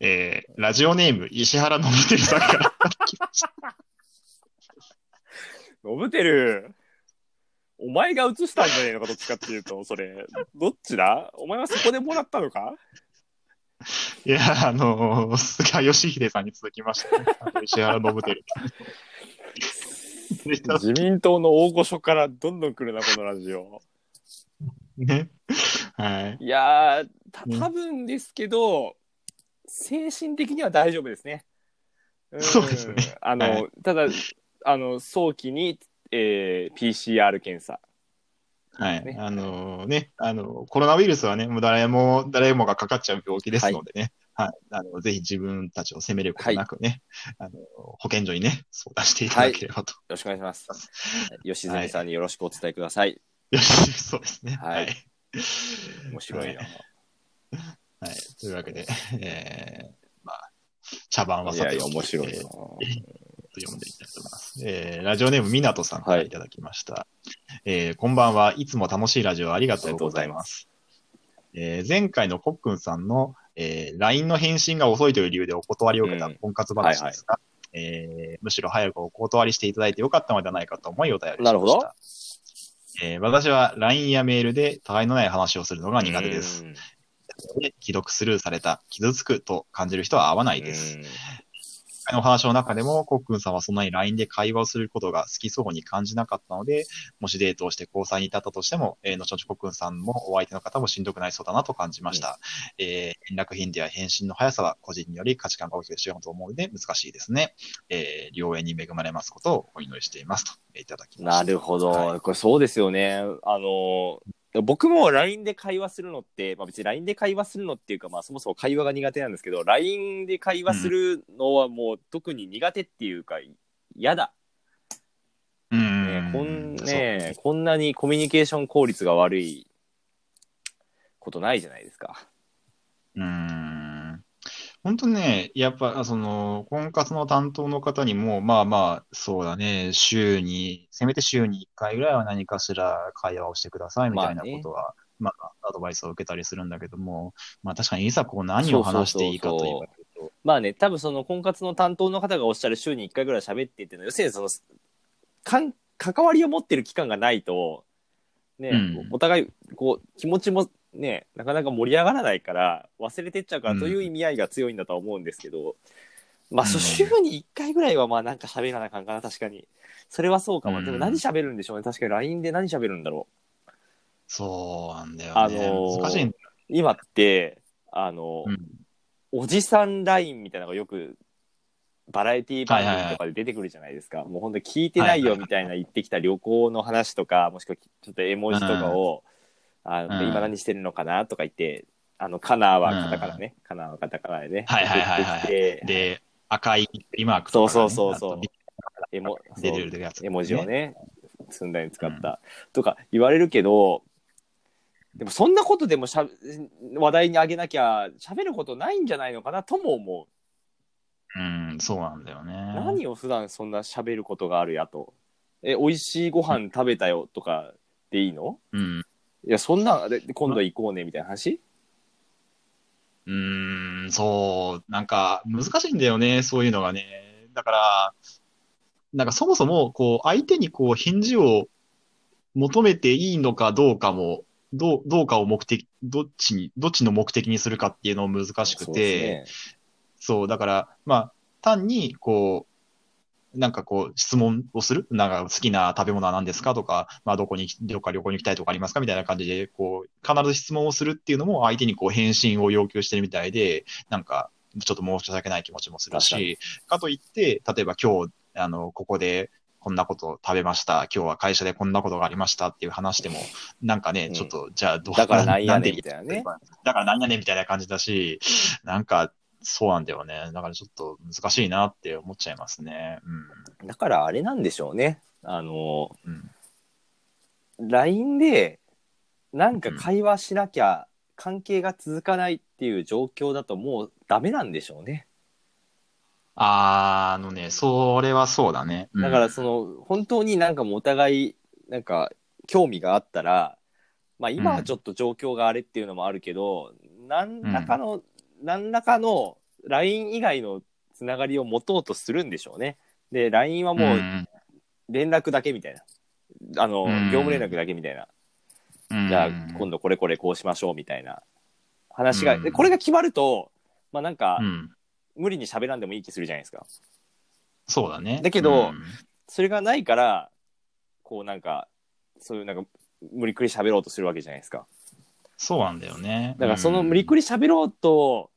B: ーラジオネーム、石原伸晃さん から。
A: ノブテル、お前が移したんじゃねえのか、どっちかっていうと、それ。どっちだお前はそこでもらったのか
B: いや、あのー菅義偉さんに続きましたね、あの石原伸晃。でした
A: 自民党の大御所からどんどん来るな、このラジオ。
B: ね。はい。
A: いやー、た
B: うん
A: 多分ですけど、精神的には大丈夫ですね。ん
B: そうですね。
A: あの、
B: は
A: ただ、あの、早期に、えー PCR 検査。
B: はい
A: ね。
B: あのーね、あのーコロナウイルスはね、もう誰も、誰もがかかっちゃう病気ですのでね、はい。あの、ぜひ自分たちを責めることなくね、あのー保健所にね、相談していただければと。
A: よろしくお願いします。吉住さんによろしくお伝えください。
B: よし、そうですね。
A: はい
B: はい。
A: 面白いな。
B: はい。というわけで、えー、まあ、茶番はいさ
A: やい
B: て
A: や、
B: おき
A: 面白い
B: えー
A: な。
B: 読んでいきたいと思います。えーラジオネーム、みなとさんからいただきました。えーこんばんは。いつも楽しいラジオありがとうございます。えー前回のコックンさんの、えー LINE の返信が遅いという理由でお断りを受けた
A: うん
B: 婚活話ですが、えーむしろ早くお断りしていただいてよかったのではないかと思いお便りしました。
A: なるほど
B: えー私は LINE やメールで互いのない話をするのが苦手です。
A: うん。
B: で既読スルーされた、傷つくと感じる人は合わないです。今回のお話の中でも、コックンさんはそんなに LINE で会話をすることが好きそうに感じなかったので、もしデートをして交際に至ったとしても、えー後々コックンさんもお相手の方もしんどくなりそうだなと感じました。えー連絡頻度や返信の速さは個人により価値観が大きく違うと思うので難しいですね。えー両縁に恵まれますことをお祈りしていますと、えーいただき
A: うん
B: ました。
A: なるほ
B: は
A: ど。これそうですよね。あの、僕も LINE で会話するのって、まあ別に LINE で会話するのっていうか、まあそもそも会話が苦手なんですけど、LINE で会話するのはもう特に苦手っていうか、嫌だ。
B: うん
A: ね、こん
B: そう
A: ねこんなにコミュニケーション効率が悪いことないじゃないですか。
B: うーん本当ね、やっぱ、その、婚活の担当の方にも、まあまあ、そうだね、週に、せめて週に1回ぐらいは何かしら会話をしてくださいみたいな
A: まあね
B: ことは、まあ、アドバイスを受けたりするんだけども、まあ確かにいざこう何を話していいかと言えば、
A: まあね、多分その婚活の担当の方がおっしゃる週に1回ぐらい喋ってっていうのは、要するにその、かん関わりを持ってる期間がないと、ね、
B: うん
A: お互い、こう、気持ちもね、なかなか盛り上がらないから、忘れてっちゃうか
B: う
A: ら
B: ん
A: という意味合いが強いんだとは思うんですけど、まあ、そう
B: うん
A: 週に1回ぐらいはまあなんか喋らなあかんかな、確かに。それはそうかも。でも
B: うん
A: 何喋るんでしょうね。確かに LINE で何喋るんだろう。
B: そうなんだよ
A: あの
B: ね。
A: ー
B: 難しいんだ
A: 今ってあの、
B: うん
A: おじさんラインみたいなのがよくバラエティ番組とかで出てくるじゃないですか、もうほんと聞いてないよみたいな言ってきた旅行の話とかもしくはちょっと絵文字とかを、あの
B: うん
A: 今何してるのかなとか言ってあのカナーはカタカナね、カナーはカタカナでね
B: はいはいはいは
A: 送っ
B: い
A: てきて
B: で、赤いリマークとかがね
A: そうそうそうそう
B: あとビ
A: 絵も
B: ッ出てるやつ
A: そう絵文字を
B: ね。
A: ね積んだに使った、とか言われるけどでもそんなことでもしゃ話題にあげなきゃ喋ることないんじゃないのかなとも思う。
B: うん、そうなんだよね。
A: 何を普段そんな喋ることがあるやと。え、美味しいご飯食べたよとかでいいの
B: うん。
A: いや、そんな、で今度行こうねみたいな話
B: うーん、そう、なんか難しいんだよね、そういうのがね。だから、なんかそもそも、こう、相手にこう、返事を求めていいのかどうかも、どう、どうかを目的、どっちに、どっちの目的にするかっていうのも難しく
A: そう
B: て、
A: です
B: そう、だから、まあ、単に、こう、なんかこう、質問をするなんか好きな食べ物は何ですかとか、まあどこに、どっか旅行に行きたいとかありますかみたいな感じで、こう、必ず質問をするっていうのも相手にこう返信を要求してるみたいで、なんか、ちょっと申し訳ない気持ちもするし、かといって、例えば今日、あの、ここで、こんなことを食べました。今日は会社でこんなことがありましたっていう話でも、なんかね、
A: うん
B: ちょっと、じゃあどう
A: だからなんや
B: で
A: ねんみたいなね。
B: だからなんやねんみたいな感じだし、なんか、そうなんだよね。だからちょっと難しいなって思っちゃいますね。
A: だからあれなんでしょうね。あの、
B: うん。うん。
A: LINE で、なんか会話しなきゃ関係が続かないっていう状況だともうダメなんでしょうね。
B: あーあのね、それはそうだね。うん
A: だからその、本当になんかもうお互い、なんか興味があったら、まあ今はちょっと状況があれっていうのもあるけど、何らかの、何らかの LINE 以外のつながりを持とうとするんでしょうね。で、LINE はも
B: う
A: ううん連絡だけみたいな。あの、
B: うん
A: 業務連絡だけみたいな。
B: うん
A: じゃあ今度これこれこうしましょうみたいな話が、
B: うん
A: でこれが決まると、まあなんか
B: うん。
A: 無理に喋らんでもいい気するじゃないですか。
B: そうだね。
A: だけど
B: うん
A: それがないから、こうなんか、そういうなんか無理くり喋ろうとするわけじゃないですか。
B: そうなんだよね。
A: だからその無理く
B: り、
A: り喋ろうと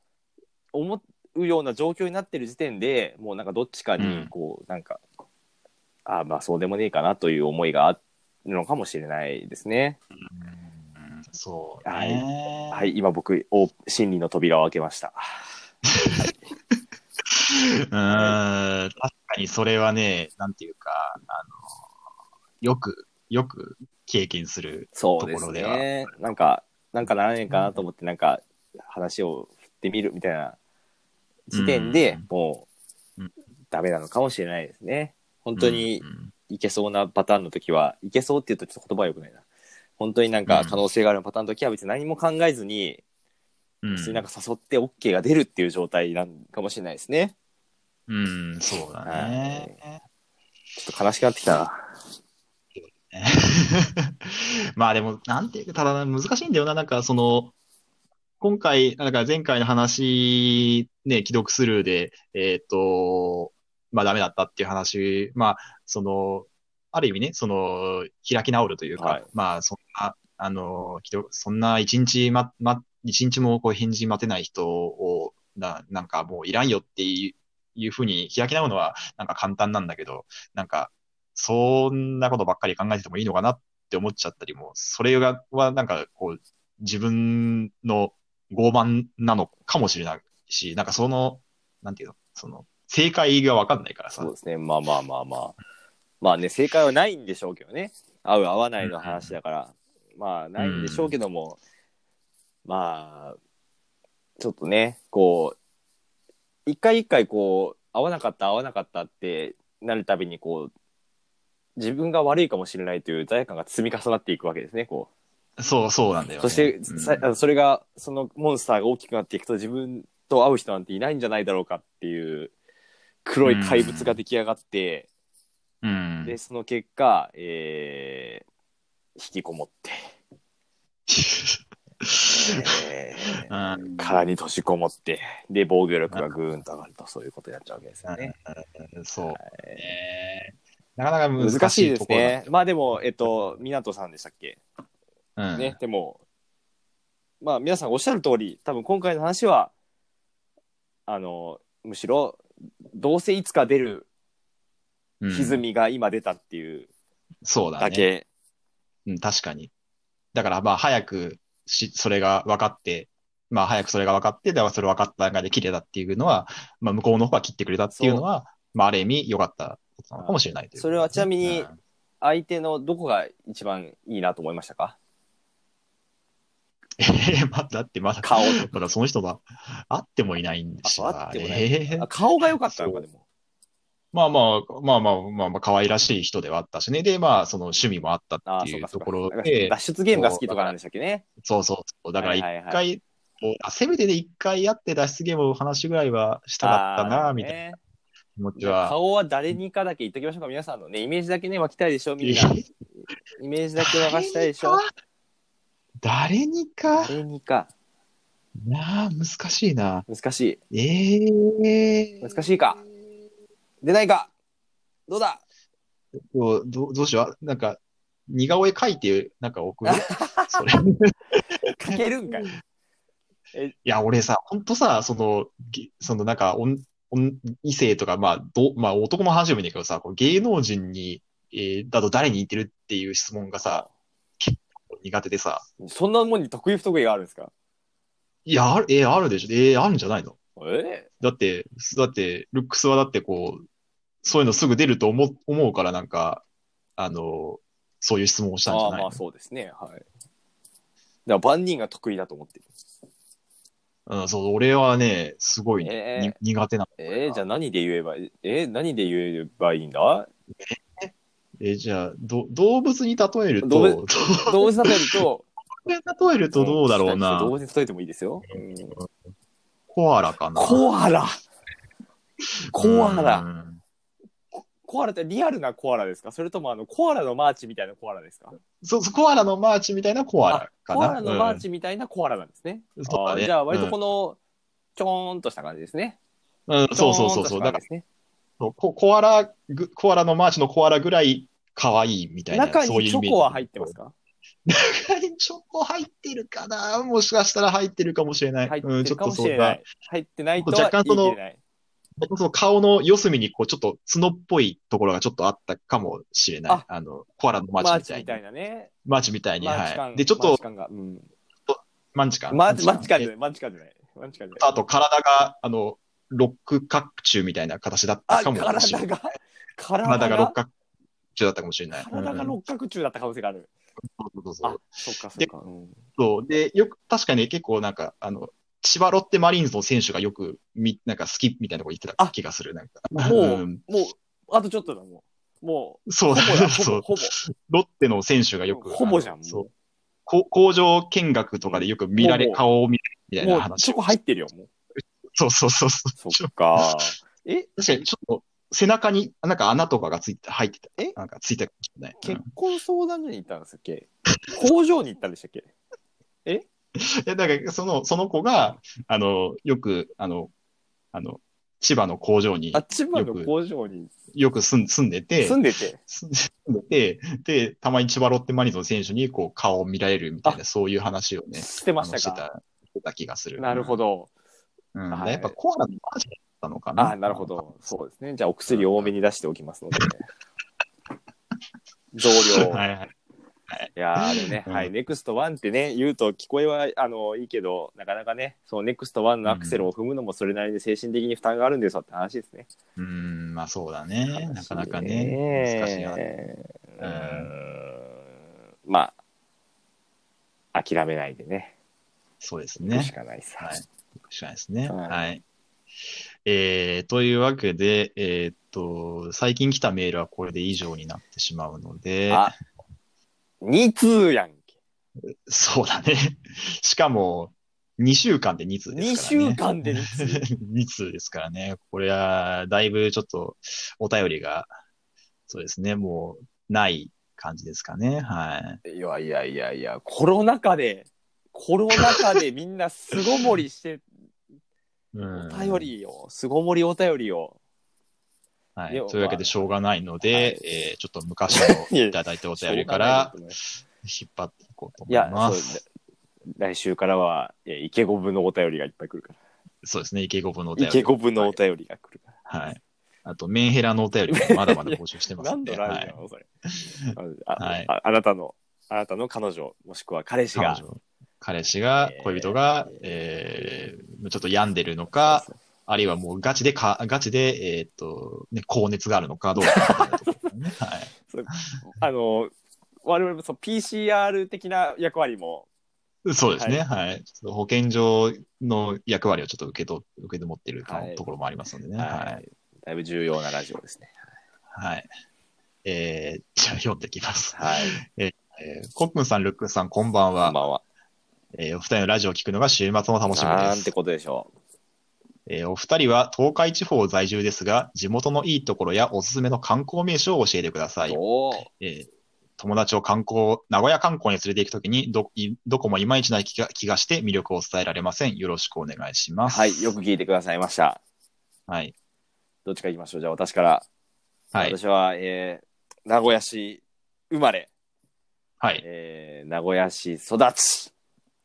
A: 思うような状況になってる時点でもうなんかどっちか
B: うん
A: にこうなんか、ああまあそうでもねえかなという思いがあるのかもしれないですね。
B: うんそうね。
A: は。い、今僕、お心理の扉を開けました。
B: うーん、確かにそれはね、なんていうか、あの、よく、よく経験する。
A: そうです
B: ところで
A: ね。なんか、なんかならねえかなと思って、なんか話を振ってみるみたいな時点で
B: うん、
A: もう
B: うん、
A: ダメなのかもしれないですね。本当に
B: うんうん
A: いけそうなパターンの時は、いけそうって言うとちょっと言葉は良くないな。本当になんか可能性があるパターンの時は別に何も考えずに、
B: うん
A: 普通になんか誘って OK が出るっていう状態なんかもしれないですね。
B: うん、そうだね。
A: ちょっと悲しくなってきたな。
B: まあでも、なんていうか、ただ難しいんだよな、なんかその、今回、なんか前回の話、ね、既読スルーで、えーっと、まあダメだったっていう話、まあ、その、ある意味ね、その、開き直るというか、
A: はい
B: まあ、そんな、あの、既読そんな一日ま、ま、一日もこう返事待てない人を、な、なんかもういらんよっていう、いうふうに開き直るのは、なんか簡単なんだけど、なんか、そんなことばっかり考えててもいいのかなって思っちゃったりも、それが、はなんかこう、自分の傲慢なのかもしれないし、なんかその、なんていうの、その、正解がわかんないからさ。
A: そうですね。まあまあまあまあ。まあね、正解はないんでしょうけどね。合う合わないの話だから。まあ、ないんでしょうけども、まあ、ちょっとね、こう、一回一回こう、合わなかった合わなかったってなるたびに、こう、自分が悪いかもしれないという罪悪感が積み重なっていくわけですね、こ
B: そう、そうなんだよ
A: う。そ
B: ね。
A: して、
B: うん
A: さあのそれが、そのモンスターが大きくなっていくと、自分と会う人なんていないんじゃないだろうかっていう、黒い怪物が出来上がって、
B: うん。
A: でその結果、えー、引きこもって、えー
B: うん
A: 殻に閉じこもってで防御力がぐーんと上がるとそういうことになっちゃうわけですよね。
B: そう、ね。なかなか
A: 難
B: 難
A: し
B: し
A: い
B: い
A: で
B: と
A: す
B: ころだ
A: ね。まあでもえっと湊さんでしたっけ、
B: うん
A: ねでもまあ皆さんおっしゃる通り多分今回の話はあのむしろどうせいつか出る
B: うん
A: 歪みが今出たっていう
B: そうだ
A: だ
B: ね。
A: け、
B: うん、確かに。だから、まあ、早くし、それが分かって、まあ、早くそれが分かって、だからそれ分かった段階で綺麗だっていうのは、まあ、向こうの方が切ってくれたっていうのは、まあ、ある意味良かったことなのかもしれないという
A: それはちなみに
B: うん
A: 相手のどこが一番いいなと思いましたか
B: えーまあ、だってまだ、
A: 顔
B: だからその人が会ってもいないんで
A: あ
B: す
A: そうあってもない
B: えー
A: あ顔が良かったのかでも。
B: まあまあ、まあまあまあまあ、可愛らしい人ではあったしね。で、まあ、その趣味もあった
A: あ
B: っ
A: あ、
B: て
A: そ
B: いうう
A: か、
B: と
A: そう
B: こ
A: か。
B: ろ
A: なんか
B: で、
A: 脱出ゲームが好きとかなんでしたっけね。
B: そうそうそう。だから一
A: はいはいはい
B: 回、こうあせめてで一回やって脱出ゲームの話ぐらいはしたかっ
A: あ
B: た
A: ー
B: な、みたいな
A: ね
B: 気持ち
A: じゃあ
B: は。
A: 顔は誰にかだけ言っときましょうか。皆さんのね、イメージだけね、湧きたいでしょ、みんな。イメージだけ沸かしたいでしょ。
B: 誰にか
A: 誰にか。
B: なあ、難しいな。
A: 難し
B: ええ
A: い。難しいか。出ないか。どうだ
B: どうどうどうしよう。なんか、似顔絵描いて、なん か送るそれ。
A: 書けるんかい。
B: いや、俺さ、ほんとさ、その、げそのなんか、おん、おん、異性とか、まあ、ど、まあ、男も話してもいいんだけどさ、こう芸能人に、えーだと誰に似てるっていう質問がさ、結構苦手でさ、
A: そんなもんに得意不得意があるんですか
B: いや、ある、えーあるでしょ、えーあるんじゃないの
A: え
B: だって、すだって、ルックスはだってこう、そういうのすぐ出ると思う、思うからなんか、あの、そういう質問をしたんじ
A: あ
B: ゃ
A: あ
B: ない
A: ま
B: の
A: あそうですねはいだから万人が得意だと思ってる
B: うん、そう、俺はね、すごいに
A: えー
B: 苦手なの。
A: えー、じゃあ何で言えばえー、何で言えばいいんだ
B: えーじゃあ、ど、動物に例えると、
A: 動物
B: 動物
A: 動物例えると
B: に例えるとどうだろうな。
A: 動物に例えてもいいですよ、うん
B: コアラかな。
A: コアラコアラ、
B: うん
A: コアラってリアルなコアラですかそれともあのコアラのマーチみたいなコアラですか
B: そうそう、コアラのマーチみたいなコアラかな。
A: コアラのマー
B: うん
A: チみたいなコアラなんですね、
B: そう
A: あ
B: だ
A: あ
B: ね
A: じゃあ割とこの、ちょーんとした感じですね
B: うん、うんそうそうそうそ
A: ちょ
B: う。
A: ー
B: だ
A: ん
B: か
A: と
B: ら
A: した感じですね
B: そうコ、コアラぐ、コアラのマーチのコアラぐらい可愛いみたいな、
A: 中
B: そういう
A: に
B: イ
A: チ
B: メージ。
A: ョコは入ってますか
B: 中にチョコ入ってるかなもしかしたら入ってるかもしれない。
A: 入っ
B: うん、
A: て
B: ちょ
A: る
B: っ
A: か
B: と
A: もし
B: そう
A: れ
B: だ
A: ない。入ってないとは
B: 若干
A: 言
B: そ
A: い
B: の
A: 切れない。
B: その顔の四隅にこうちょっと角っぽいところがちょっとあったかもしれない。あ
A: あ
B: の、コアラのマ
A: マ
B: ー
A: ー
B: チ
A: チ
B: み
A: み
B: た
A: た
B: い
A: い
B: に。
A: なね。
B: マーチみたいに。
A: マーチ
B: は
A: 感。
B: い。で、ちょっ
A: マー
B: と
A: チ、感が。うん。
B: マンチ感。
A: マーチ、マーチ感
B: え
A: じゃない。マーチ感じゃない。マーチ感じゃない。
B: あと体が、あの、六角柱みたいな形だった
A: あ、
B: かもしれない。
A: 体が、体
B: 体が六
A: が、
B: 角柱だったかもしれない。
A: 体が
B: うん
A: 六角柱だった可能性がある。
B: そうそうそう
A: あ、そっかそ
B: で
A: っか。うん
B: そう。で、よく、確かね、結構なんか、あの、千葉ロッテマリーンズの選手がよく、み、なんか好きみたいなとこ言ってた
A: あ
B: 気がする。なんか。、
A: もうんもう、あとちょっとだ、もう。も、
B: そうう
A: ほぼだ、ほ
B: そ
A: ぼ、
B: う。
A: ほぼ。
B: ロッテの選手がよく。
A: ほぼじゃん
B: あの
A: もう
B: そう。こ工場見学とかでよく見られ、
A: ほぼ
B: 顔を見られるみたいな
A: もう、
B: 話
A: チ
B: を
A: ョコ入ってるよ、もう。
B: そうそうそうそう。
A: そっか。え、
B: 確かに、ちょっと、背中に、なんか穴とかがついて、入ってた。
A: え
B: なんかついてたかもしれない。うん
A: 結婚相談所に行ったんですっけ工場に行ったんでしたっけ
B: で、だから、その、その子が、あの、よく、あの、あの、千葉の工場に
A: あ、千葉の工場に
B: よく住ん住んでて、
A: 住んでて。
B: 住んでて、で、たまに千葉ロッテマリーンズの選手に、こう、顔を見られるみたいな、そういう話をね、
A: してま
B: あの
A: し
B: して
A: たか。
B: た、してた気がする。
A: なるほ
B: ど。
A: ど。
B: うん。
A: はい
B: でやっぱコアラのマーチだったのかな。
A: ああ、なるほど。そうですね。じゃあ、お薬を多めに出しておきますの で。増量。
B: はい
A: い、
B: はい。
A: やーでもね、
B: うん
A: はい、ネクストワンってね、言うと聞こえは、あの、いいけど、なかなかね、そのネクストワンのアクセルを踏むのもそれなりに精神的に負担があるんですよって話ですね。
B: うーん、まあそうだね。なかなか
A: え
B: ね。難しいな。
A: うーん。まあ、諦めないでね、
B: そうです
A: 行くし
B: ね。
A: かないさ。
B: はい。しかないですね。
A: はい
B: はい。えー、というわけで、えーっと、最近来たメールはこれで以上になってしまうので、
A: あ、2通やんけ。
B: そうだね。 しかも、2週間で2通 で
A: 2
B: すからね。
A: 週間で2通。
B: 2通ですからね。これは、だいぶちょっと、お便りが、そうですね、もう、ない感じですかね。はい。
A: いやいやいやいや、コロナ禍で、コロナ禍でみんな巣ごもりして、
B: う
A: お
B: ん
A: 便りを、巣ごもりお便りを。
B: はい。
A: 要は
B: というわけで、しょうがないので、
A: はい
B: えーちょっと昔のいただいたお便りから
A: い
B: 引っ張っていこうと思い
A: や、
B: ま
A: そう
B: す。
A: 来週からは、いやイケゴブのお便りがいっぱい来るか
B: そうですね、池ゴブのお
A: ら。
B: 便
A: イ
B: り
A: ケ。ゴブのお便りが来るか
B: はい。あと、メンヘラのお便りもまだまだ募集して
A: ら。
B: ます
A: 何
B: ん
A: 度
B: で、
A: ラ
B: は
A: ジ
B: い。
A: オなのそれ。あ
B: はい
A: ああなたの、あなたの彼女、もしくは彼氏
B: 彼
A: が。
B: 女、彼氏が、
A: えー
B: 恋人が、えーちょっと病んでるのか、あるいはもうガチでか、ガチで、えーっと、ね、高熱があるのかどうかみたいなところね、 はい。
A: あの、我々もそう PCR 的な役割も
B: そうですね、はい。ちょっと保健所の役割をちょっと受けと、受け持ってるか
A: はい
B: ところもありますのでね、
A: はい
B: はい
A: だいぶ重要なラジオですね。
B: はい。えーじゃあ読んでいきます。
A: はい。
B: えーコックンさん、ルックンさん、こんばん
A: こ
B: は
A: ん。ばんは。
B: えーお二人のラジオを聞くのが週末の楽しみで
A: なん
B: す
A: て。ことでしょ
B: えーお二人は東海地方在住ですが、地元のいいところやおすすめの観光名所を教えてくだ
A: う。
B: さい。
A: おお。
B: えー友達を観光、名古屋観光に連れて行くときにど、いどこもいまいちない気が気がして魅力を伝えられません。よろしくお願いします。
A: はい、よく。聞いてくださいました。
B: はい。
A: どっちから行きましょう。じゃあ私から。
B: はい。
A: 私は、えー、名古屋市生まれ、
B: はい。
A: えー、名古屋市育ち、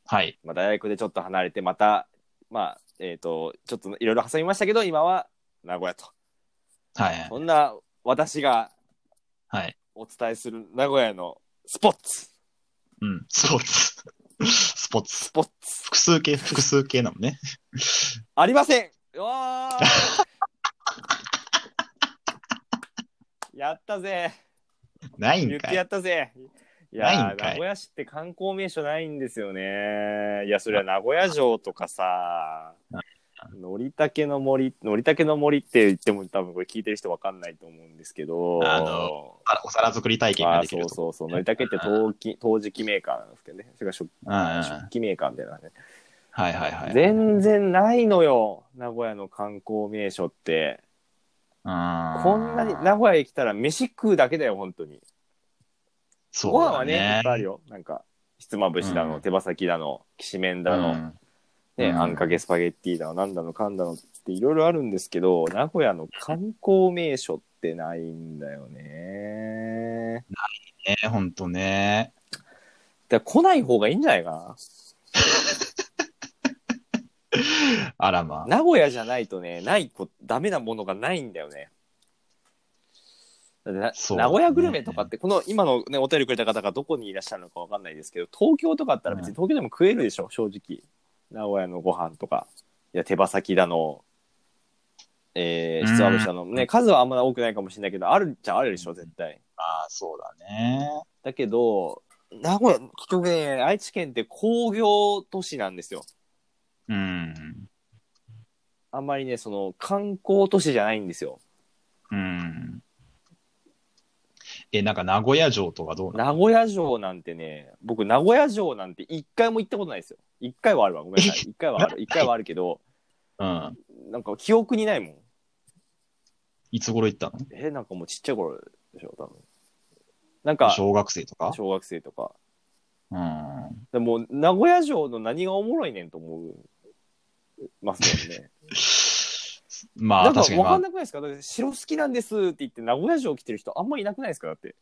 B: はい。
A: まあ、大学でちょっと離れて、また、まあ、えっ、と、ちょっといろいろ挟みましたけど、今は名古屋と。
B: はい。
A: そんな私が
B: はい。
A: お伝えする名古屋のスポッツ、
B: うん。スポーツ。スポーツ。
A: スポッツ、
B: 複数形、複数形なのね。
A: ありませんうわーやったぜ
B: ない
A: 言
B: ん
A: っ
B: か
A: て
B: い。
A: やったぜいや
B: ないん
A: ー
B: かい
A: 名古屋市って観光名所ないんですよねいやそれは名古屋城とかさのりたけの森のりたけの森って言っても多分これ聞いてる人わかんないと思うんですけど
B: あのあお皿作り体験
A: あ
B: が
A: ー
B: でき
A: そ
B: る
A: う
B: と。
A: そうそうのりたけって陶器陶磁器メーカーなんですけどねそれが食
B: うんうん。は
A: 食器メーカーみたいなね
B: いはいはい。
A: 全然ないのよ名古屋の観光名所ってこ
B: こ
A: んなに名古屋へ来たら飯食うだけだよ本当に
B: そう
A: ご飯
B: だ
A: はねいっぱいあるよなんかひつまぶしだの、
B: うん
A: 手羽先だのきしめん
B: う
A: だの、
B: ん
A: ね、
B: うん
A: あんかけスパゲッティだのなんだのかんだのっていろいろあるんですけど名古屋の観光名所ってないんだよね
B: ね、ほんとね。
A: だから来ない方がいいんじゃないかな
B: あらまあ。
A: 名古屋じゃないとねないこダメなものがないんだよねだってな
B: そう
A: 名古屋グルメとかってこの今の、ね、お便りくれた方がどこにいらっしゃるのかわかんないですけど東京とかあったら別に東京でも食えるでしょ、正直名古屋のご飯とかいや手羽先だのえー、ひつまぶしだの、ね数はあんま多くないかもしれないけどあるっちゃあるでしょ絶対
B: ああ、そうだね。
A: だけど名古屋結局ね愛知県って工業都市なんですよ
B: うん。
A: あんまりねその観光都市じゃないんですよ
B: うん。え、なんか名古屋城とかどうなの
A: 名古屋城なんてね、僕、名古屋城なんて一回も行ったことないですよ。一回はあるわ、ごめんなさい。一回はある。一回はあるけど、
B: うん。
A: なんか記憶にないもん。
B: いつ頃行ったの
A: え、なんかもうちっちゃい頃でしょ、多分。なんか、
B: 小学生とか
A: 小学生とか。
B: うん。
A: でも、名古屋城の何がおもろいねんと思う。ますよね。
B: ま
A: な
B: あ、
A: んか
B: 確かに、
A: 分
B: ま
A: か
B: あ
A: ん、なくないですかだって城好きなんですって言って名古屋城来てる人あんまいなくないですかだって。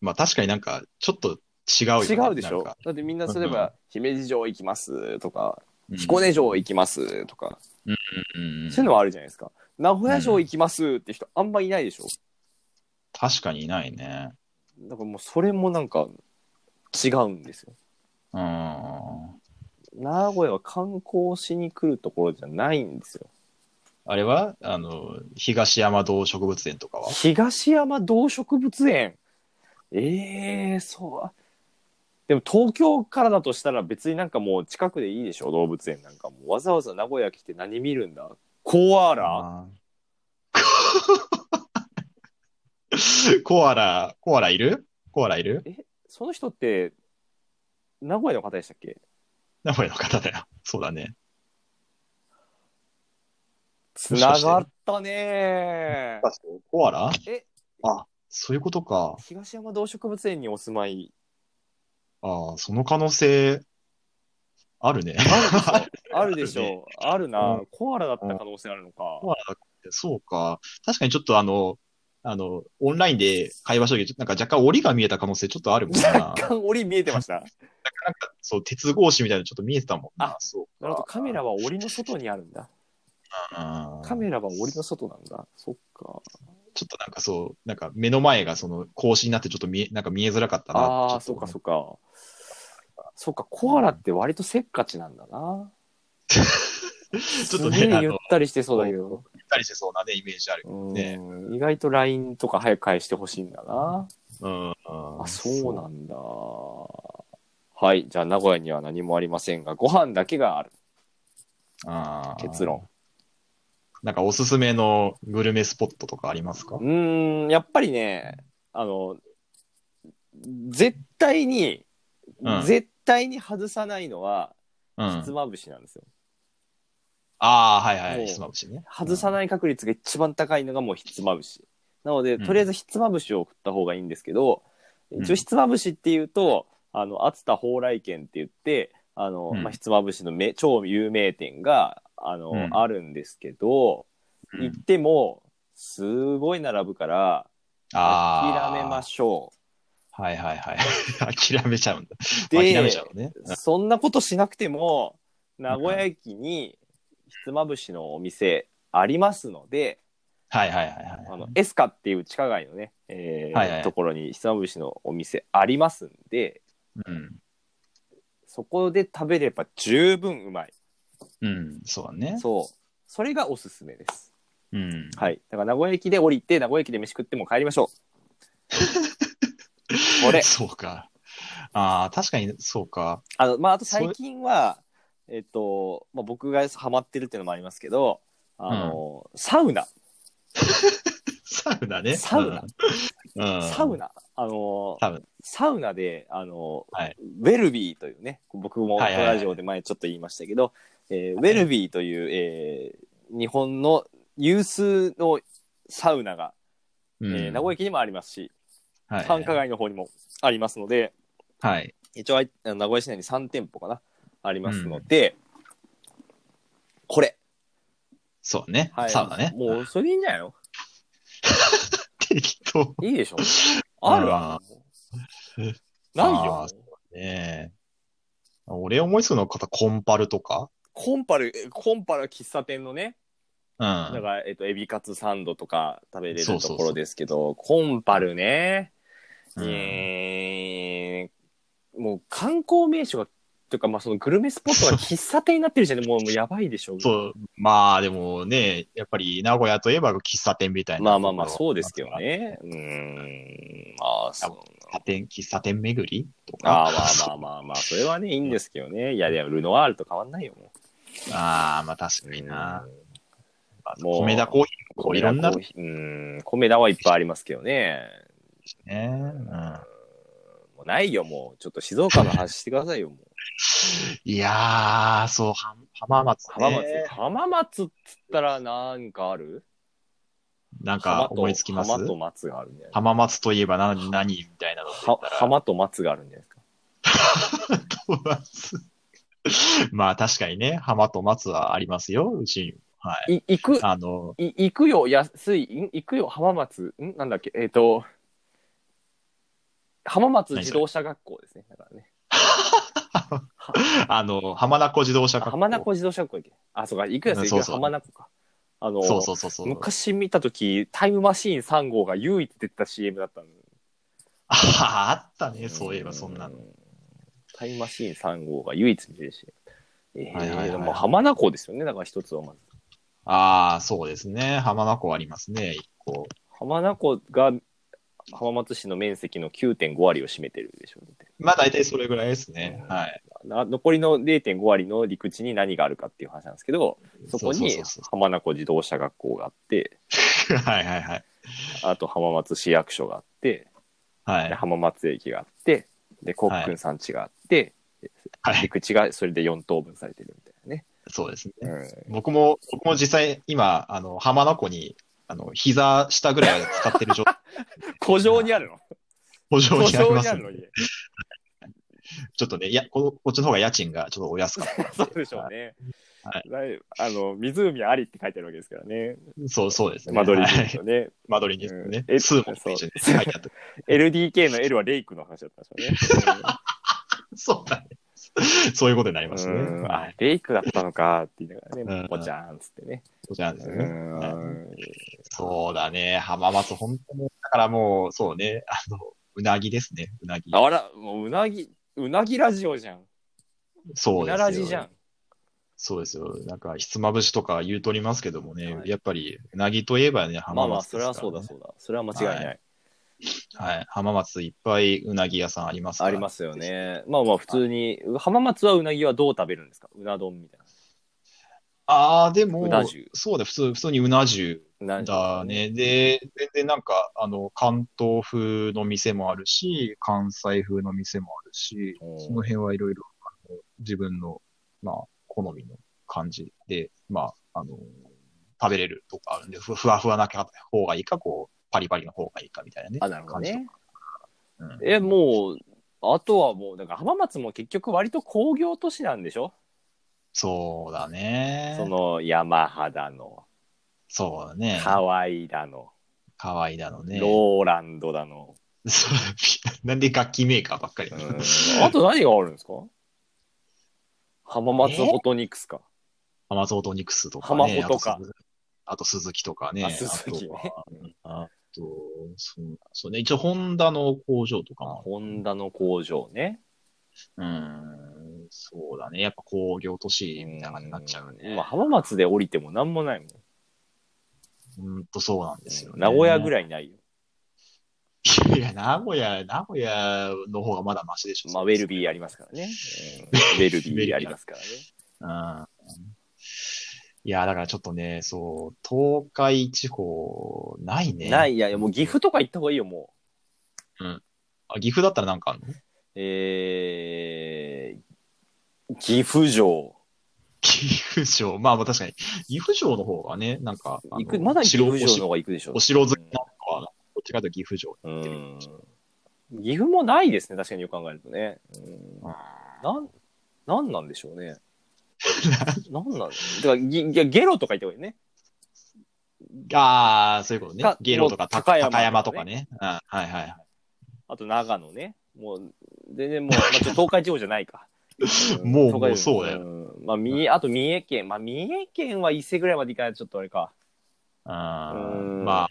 B: まあ確かになんか、ちょっと違うよね、
A: 違うでし
B: なん
A: ょ
B: か
A: だってみんな例え
B: うん
A: ば、姫路城行きますとか、
B: うん
A: 彦根城行きますとか、
B: うんうん
A: そういうのはあるじゃないですか。名古屋城行きますって人あんまいないでしょ。
B: 確かにいないね。
A: だからもうそれもなんか違うんですよ。
B: うん。
A: 名古屋は観光しに来るところじゃないんですよ。
B: あれはあの、東山動植物園とかは
A: 東山動植物園。ええー、そう。でも東京からだとしたら別になんかもう近くでいいでしょ動物園なんかもうわざわざ名古屋来て何見るんだコアラ
B: あー コアラ、コアラいるコアラいる
A: その人って名古屋の方でしたっけ
B: 名古屋の方だよ。そうだね。
A: つ
B: もしか
A: な
B: して
A: がったねー
B: コアラ
A: え
B: あ、そういうことか。
A: 東山動植物園にお住ま い
B: ああ、その可能性、あるね。
A: あるでしょ
B: あるね
A: あるな、
B: う
A: コアラだった可能性あるのか、
B: コアラってそうか。確かにちょっとあの、あの、オンラインで会話しとき、なんか若干折りが見えた可能性ちょっとあるもんな。なん
A: 若
B: か
A: 干檻見えてました
B: そう、鉄格子みたいなのちょっと見えてたもんな。
A: あ
B: そう
A: なるほど
B: か。
A: カメラは檻の外にあるんだ
B: うん
A: カメラは檻の外なんだそっか
B: ちょっとなんかそう、なんか目の前がその格子になってちょっと見え、なんか見えづらかったな。
A: あ
B: ちょ
A: あ
B: っと
A: そっ
B: 思
A: かそっかそっかコアラって割とせっかちなんだな
B: ちょっと
A: すげえ
B: ね、あ
A: ゆっ
B: の、ゆった
A: りしてそうだけど
B: たりしてそうなね、イメージある。
A: うん
B: ね
A: 意外と LINE とか早く返してほしいんだな
B: うん。
A: あそうなんだはいじゃあ名古屋には何もありませんがご飯だけがある
B: あー
A: 結論。
B: なんかおすすめのグルメスポットとかありますか
A: うーん、やっぱりね、あの、絶対に、
B: うん
A: 絶対に外さないのは、
B: う
A: ひつ
B: ん。
A: まぶしなんですよ。
B: ああ、はいは
A: もう
B: い。ひつまぶしね。
A: 外さない確率が一番高いのがもうひつまぶし。なので、
B: うん
A: とりあえずひつまぶしを送った方がいいんですけど、
B: うん
A: 一応ひつまぶしっていうと、あの、熱田蓬莱軒って言って、あの、
B: うん
A: まあ、ひつまぶしのめ超有名店が、あの、
B: うん
A: あるんですけど、
B: うん
A: 行っても、すごい並ぶから、
B: ああ。
A: 諦めましょ
B: はいはいはい。 諦めちゃうんだ。
A: で
B: まあ諦めちゃうのね。
A: う。そんなことしなくても、名古屋駅にひつまぶしのお店ありますので、
B: はいはいはいはい。
A: あのエスカっていう地下街のね、えー
B: はいはい
A: ところにひつまぶしのお店ありますんで、
B: うん。
A: そこで食べれば十分うまい。
B: うん。そうだね。
A: そう。それがおすすめです。
B: うん。
A: はい。だから名古屋駅で降りて、名古屋駅で飯食っても帰り ましょう。これ。
B: そうか。ああ、確かにそうか。
A: あの、まあ、あと最近は、えっと、まあ、僕がハマってるっていうのもありますけど、あの、サウナ、
B: サウナね。
A: サウナ
B: うん。うん。
A: サウナ、あの
B: サウナ、
A: サウナで、あの、
B: はい
A: ウェルビーというね、僕もこ
B: はい
A: の
B: はいはい
A: ラジオで前ちょっと言いましたけど、えーウェルビーという、えー日本の有数のサウナが、
B: うん。
A: えー名古屋駅にもありますし、
B: はい
A: 繁華街の方にもありますので、
B: はい。
A: 一応あい名古屋市内に3店舗かな、ありますので、これ。
B: そうね
A: は。い、
B: サウナね。
A: もうそれでいいんじゃないの
B: 適当。
A: いいでしょあるわ。ないよ
B: あー。ねえ。俺思いつくの方、コンパルとか
A: コンパル、えコンパルは喫茶店のね、
B: うん。
A: だから、えっと、エビカツサンドとか食べれる
B: そう
A: と
B: そうそう
A: ころですけど、コンパルね、
B: うん
A: えーもう観光名所が、というか、まあ、そのグルメスポットが喫茶店になってるじゃん、もう、もうやばいでしょ。
B: そう、まあでもね、やっぱり名古屋といえば喫茶店みたいな。
A: まあまあまあ、そうですけど。ね。うーん、まあ、そう。
B: 喫茶店、喫茶店巡りとか。
A: あーまあまあまあまあまあ、それはね、いいんですけどね。いや、でも、ルノワールと変わんないよ、もう。
B: ああ、まあ確かにな。まあ
A: もう
B: 米田コーヒーもこういろんな
A: コーヒーうん、米田はいっぱいありますけどね。
B: ね。うん。
A: もうないよ、もう。ちょっと静岡の話してくださいよ、もう。
B: いやー、そう、は浜松ね。
A: 浜松、浜松っつったらなんかある
B: なん
A: 浜
B: か
A: と
B: 思いつきます
A: 浜と松があるんじゃない
B: 浜松といえば何、何みたいなのって言
A: は
B: ったら。
A: 浜と松があるんじゃないですか。
B: 浜と松。 まあ確かにね、浜と松はありますよ、うちにも。はい。
A: い行く、
B: あの、
A: い行くよ、安い、ん行くよ、浜松、んなんだっけ、えっ、と、浜松自動車学校ですね。だからね。
B: あの、浜名湖自動車
A: あ
B: 学校。
A: 浜名湖自動車学校行け。あ、そうか、行くやつ行く
B: そう
A: よ、
B: そう
A: 浜名湖か。あの、
B: そうそうそうそう。
A: 昔見た時タイムマシーン3号が唯一出てた CM だったの
B: ああ、 あったね、そういえばそんなの。
A: タイムマシーン3号が唯一出てる CM ええ
B: はいはいはい
A: もう浜名湖ですよねだから一つはまず
B: ああ、そうですね。浜名湖ありますね、一個。
A: 浜名湖が浜松市の面積の9.5割を占めてるでしょうね
B: まあ大体それぐらいですね。はい。
A: な残りの0.5割の陸地に何があるかっていう話なんですけどそこ
B: そ
A: に
B: うそうそ
A: 浜名湖自動車学校があって
B: うそうはいはいはい。
A: あと浜松市役所があって
B: はい
A: で。浜松駅があってでコックンさん地があって、
B: はい。
A: 陸地がそれで4等分されてるみたいなね。
B: そうですね。
A: うん
B: 僕も、僕も実際今、あの、浜名湖に、あの、膝下ぐらいは使って る状態、
A: 古城にあ るの
B: 補助
A: 古
B: にあり
A: 城
B: ま
A: にあ
B: す
A: る
B: ん
A: の
B: で
A: に。
B: ちょっとね、いや、ここっちの方が家賃がちょっとお安かった ん
A: そうでしょうね。
B: は
A: はい、あの湖ありって書いてあるわけですからね。
B: そう、そうですね。
A: 間取り
B: は
A: で
B: い
A: すよね。
B: 間取りですね。
A: うんえ
B: 数もそう
A: そう
B: 書いてあった。
A: LDK の L はレイクの話だったんでしょ
B: そうだね。そういうことになります
A: う
B: ね。
A: ねうん。
B: は
A: あ
B: い。、
A: レイクだったのかって言いながらね
B: うん、
A: ぼちゃーんっつってね。
B: そうなんです
A: う
B: よね。
A: ん。
B: そうだね。浜松、本当に。だからもう、そうね。あの、うなぎですね。うなぎ。
A: あら、もううなぎ、うなぎラジオじゃん。
B: そう
A: う
B: で
A: な
B: すよ。
A: ラジじゃん。
B: そうですよ。なんか、ひつまぶしとか言うとりますけどもね、
A: はい
B: やっぱり、うなぎといえばね、
A: ま
B: 浜
A: あ
B: 松、
A: まあ、それはそうだそうだ。それは間違いない。
B: ははい。浜松いっぱいうなぎ屋さんありますから
A: ありますよ。ね。まあまあ、普通に、浜松はうなぎはどう食べるんですかうな丼みたいな。
B: ああ、でも、
A: うな重
B: そうだ、普通、普通にうな重
A: なん
B: だ。ね。で、全然なんか、あの、関東風の店もあるし、関西風の店もあるし、
A: うん
B: その辺はいろいろ、あの自分の、まあ、好みの感じで、まあ、あの、食べれるとかあるんで、ふふわふわな方がいいか、こう、パリパリの方がいいかみたいなね。
A: あ、なるほどね。
B: 感じとか。うん
A: え、もう、あとはもう、だから浜松も結局割と工業都市なんでしょ
B: そうだね。
A: その山肌の、
B: そうだね。
A: 河合だの、
B: かわいいだろうね。
A: ローランドだ の。
B: そう なんで楽器メーカーばっかり
A: う
B: なの
A: んあと何があるんですか浜松フォトニクスか。
B: アマゾートニクスとか、
A: 浜
B: ね。
A: 穂とか
B: あと鈴。あと鈴木とかね。
A: あ鈴木ね
B: あとはうんあと、そう、そうね。一応、ホンダの工場とか
A: あ
B: も。
A: ホンダの工場ね。
B: うん、そうだね。やっぱ工業都市みたいな感じになっちゃう
A: まあ
B: ね。
A: 浜松で降りても何もないもん。
B: うんと、そうなんですよね。
A: 名古屋ぐ
B: い。
A: らいないよ。
B: いや、名古屋、名古屋の方がまだマシでしょ。
A: まあ、ウェルビーありますからね。う んウェルビーありますからね。
B: うんいや、だからちょっとね、そう、東海地方、ないね。
A: ない、いや、もう岐阜とか行った方がいいよ、もう。
B: あ、岐阜だったらなんかあんの
A: えー、岐阜城。
B: 岐阜城。まあまあ確かに。岐阜城の方がね、なんか、あの
A: 行く、まだ岐阜城の
B: お
A: 方が行くでしょ
B: 城お。城好きなのは、どっちかというと岐阜城。
A: うん。岐阜もないですね、確かによく考えるとね。うんなん、なんなんでしょ うね。なんなんだから、ぎいやゲロとか言った方がいいね。
B: ああ、そういうことね
A: か。
B: ゲロとかた
A: 高
B: 高
A: 山
B: 山
A: とかね
B: とかね。うんはいはいはい。
A: あと長野ね。もう、全然もう、まあ、ちょっと東海地方じゃない か。ん
B: もう
A: 東海地方
B: もうそうだよ
A: んまあ、み、あと三重県。まあ、三重県は伊勢ぐらいまで行かないとちょっとあれか。
B: あ
A: うん
B: ーまあ、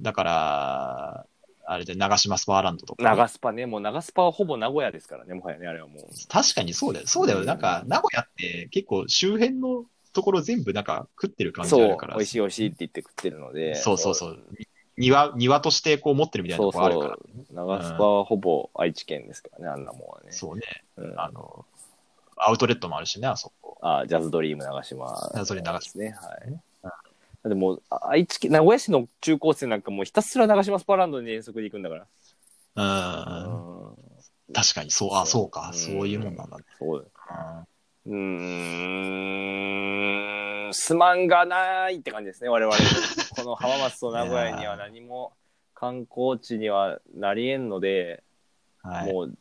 B: だから、あれで長島スパーランドとか。
A: 長スパね。もう長スパはほぼ名古屋ですからね、もはやね、あれはもう。
B: 確かにそうだよ。そうだ
A: う
B: よ。
A: ん
B: なんか、名古屋って結構周辺のところ全部なんか食ってる感じ
A: そ
B: あ
A: う
B: るか、ら。
A: 美味しい美味しいって言って食ってるので。
B: そうそうそう。庭、庭としてこう持ってるみたいな
A: そ
B: と
A: う
B: こあるから。
A: そう。長スパはほぼ愛知県ですからね、あんなもんはね。
B: そうね。
A: うん
B: あの、アウトレットもあるしね、あそこ。
A: あジャズドリーム長島。
B: ジャズドリーム長
A: ですね。はい。でも、あ愛知県、名古屋市の中高生なんかもうひたすら長島スパランドに遠足で行くんだから。
B: う。
A: うんん。
B: 確かに、そう、あ、そうか。
A: ん
B: そういうもんなんだね。
A: そうだよ
B: うん
A: うーん、すまんがないって感じですね、 我々。この浜松と名古屋には何も観光地にはなりえんので、
B: はい。
A: もう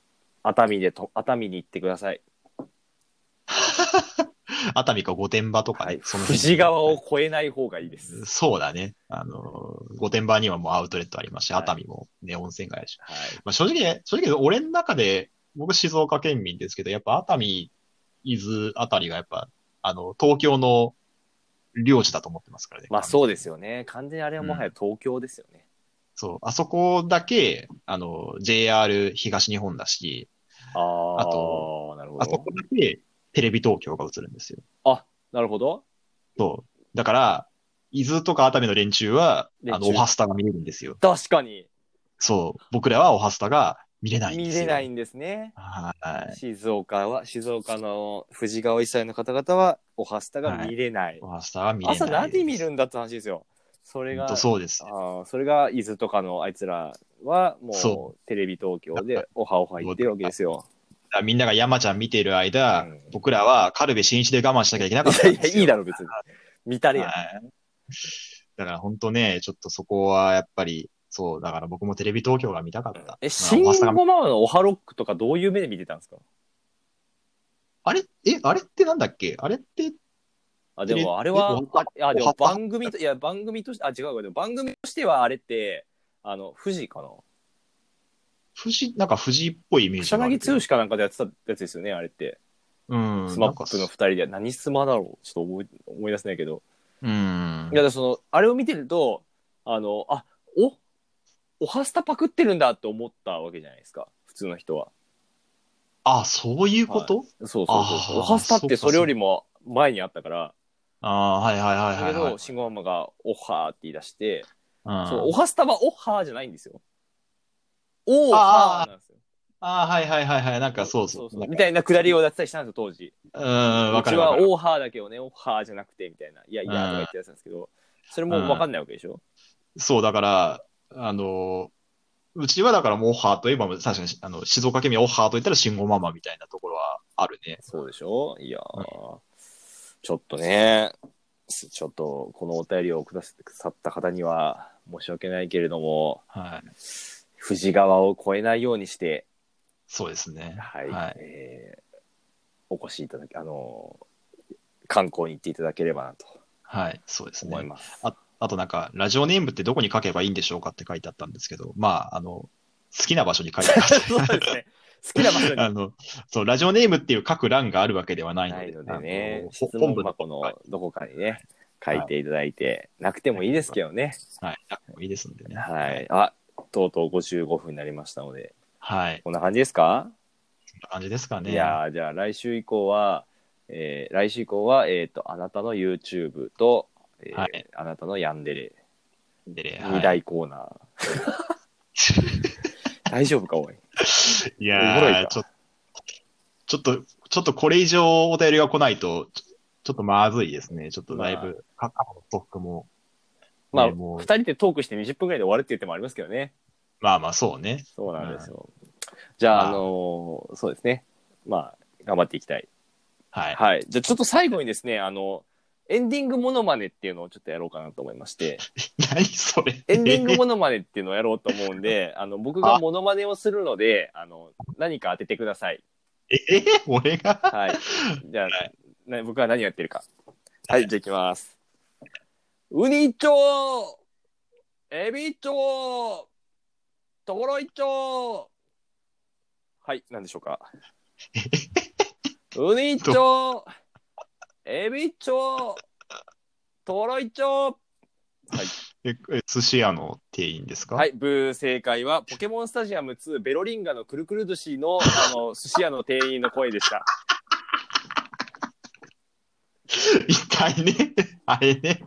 A: 熱海でと、熱海に行ってください。
B: 熱海か御殿場とかね、その
A: 富
B: 辺
A: 士川を越えない方がいいです。
B: そうだね。あの、御殿場にはもうアウトレットありますし、
A: はい
B: 熱海もね、温泉街あるし。
A: はい。
B: まあ、正直、正直、俺の中で、僕静岡県民ですけど、やっぱ熱海、伊豆あたりがやっぱ、あの、東京の領地だと思ってますからね。
A: まあそうです
B: よ。
A: よね。完全にあれはもはや東京ですよね。
B: そう。あそこだけ、あの、JR 東日本だし、
A: ああ
B: あと、
A: なるほ
B: あそ
A: ど
B: こ。だけテレビ東京が映るんですよ。
A: なるほど。
B: そう。だから、伊豆とか熱海の連中は、あ
A: 連
B: の、
A: 中
B: オハスタが見れるんですよ。
A: 確かに。
B: そう。僕らはオハスタが見れないんで
A: 見
B: すよ。
A: れないんですね。
B: はい。
A: 静岡は、静岡の富士川一歳の方々は、おはスタが見れない。
B: オハスタは見れないで
A: 朝
B: す。
A: 何見るんだって話ですよ。それ
B: ほん
A: が、
B: とそうです。
A: ああそれが伊豆とかのあいつらは、も
B: そう
A: テレビ東京でオハオハ言ってるわけですよ。
B: だからみんなが山ちゃん見てる間、
A: うん
B: 僕らはカルベ新一で我慢しなきゃいけないかった
A: や
B: ん
A: い
B: ですよ。
A: や、いいだろ、別に。見たれや。
B: はいだから本当ね、ちょっとそこはやっぱり、そう、だから僕もテレビ東京が見たかった。
A: え、
B: まあ
A: 新
B: おはスタが
A: ごままのオハロックとかどういう目で見てたんですか
B: あれえ、あれってなんだっけあれって、
A: あで
B: テレビ
A: もあれは
B: おは、
A: あで
B: お
A: も
B: はパ
A: 番組と、いや、番組として、あ、違うわ、でも番組としてはあれって、あの、富士かな
B: 富士、なんか富士っぽいイメージ
A: 草
B: がある
A: 薙
B: けど。
A: 剛かなんかでやってたやつですよね、あれって。
B: うん。
A: スマップの二
B: なんか
A: 人で、何スマだろうちょっと思い思い出せないけど。
B: うん
A: い。や、だからその、あれを見てると、あの、あ、お、おはスタパクってるんだって思ったわけじゃないですか、普通の人は。
B: あ、そういうこと、
A: そうそうそうそう。
B: あ
A: お
B: ー
A: はスタっ
B: そってか
A: それよりも前にあったから、
B: ああー、はいはい
A: だ
B: は
A: け
B: いはい、はい
A: ど、。慎吾ママが、おはーって言い出して、
B: うん
A: そのおはスタはおはーじゃないんですよ。おーはーなんですよ。
B: ああ、はいはいはいはい。なんかそうそう。なんか
A: みたいなくだりをやってたりしたんですよ、当時。
B: うん、わか
A: うち
B: るわ
A: は
B: かる。
A: オーハーだけどね、オーハーじゃなくて、みたいな。いやいや、とか言ってたやつなんですけど、それもわかんないわけでしょ
B: そう、だから、あの、うちはだからもうオッハーといえば、確かにあの静岡県民はオッハーといったら慎吾ママみたいなところはあるね。
A: そうでしょいやー、ちょっとね、すちょっと、このお便りをくださった方には、申し訳ないけれども、
B: はい。
A: 富士川を越えないようにして、
B: そうですね。
A: はい、
B: はい。
A: えーお越しいただき、あのー観光に行っていただければなと
B: はい、そうです
A: 思い
B: ね。
A: ます。
B: あとなんか、ラジオネームってどこに書けばいいんでしょうかって書いてあったんですけど、まあ、あの、好きな場所に書いてあった。
A: そうですね。 好きな場所に
B: あの、そう、ラジオネームっていう書く欄があるわけではないの
A: な
B: で、
A: いのでね
B: あの、ほ
A: 質
B: 本
A: 問
B: 部の、
A: 箱のどこかにね、書いていただいて、なくてもいいですけどね。
B: はい、なくてもいいですんでね。
A: はい。。あ、とうとう55分になりましたので、
B: はい、
A: こんな感じですか
B: こんな感じですかね。
A: いやーじゃあ来週以降は、えー来週以降は、えっ、と、あなたの YouTube と、えー
B: はい
A: あなたのヤンデレ、
B: でね
A: 2
B: はい、
A: 大コーナー。 大丈夫か、おい。おも
B: い
A: ろい
B: やー
A: か
B: ちょ、ちょっと、ちょっとこれ以上お便りが来ないと、ちょちょっとまずいですね。ちょっとだいぶ、過去のトックも、
A: まあ、
B: ねもう
A: 2人でトークして20分ぐらいで終わるって言ってもありますけどね。
B: まあまあそうね。
A: そうなんですよ。じゃあ、
B: まあ
A: あのーそうですね。まあ、頑張っていきたい。
B: はい。
A: はい。じゃあ、ちょっと最後にですね、あの、エンディングモノマネっていうのをちょっとやろうかなと思いま して、
B: 何それ。
A: エンディングモノマネっていうのをやろうと思うんで、あの、僕がモノマネをするので、あの、何か当ててください。
B: ええ 俺が
A: はい。じゃあ、
B: はい
A: な僕は何やってるか。はい、じゃあ行きます。ウニ一丁エビ一丁ところ一丁はい、何でしょう か。ウニ一丁エビ一丁ところ一丁
B: ええ寿司屋の店員ですか
A: はい、ブー正解は、ポケモンスタジアム2ベロリンガのくるくる寿司の、あの、寿司屋の店員の声でした。
B: 痛いね。 あれね。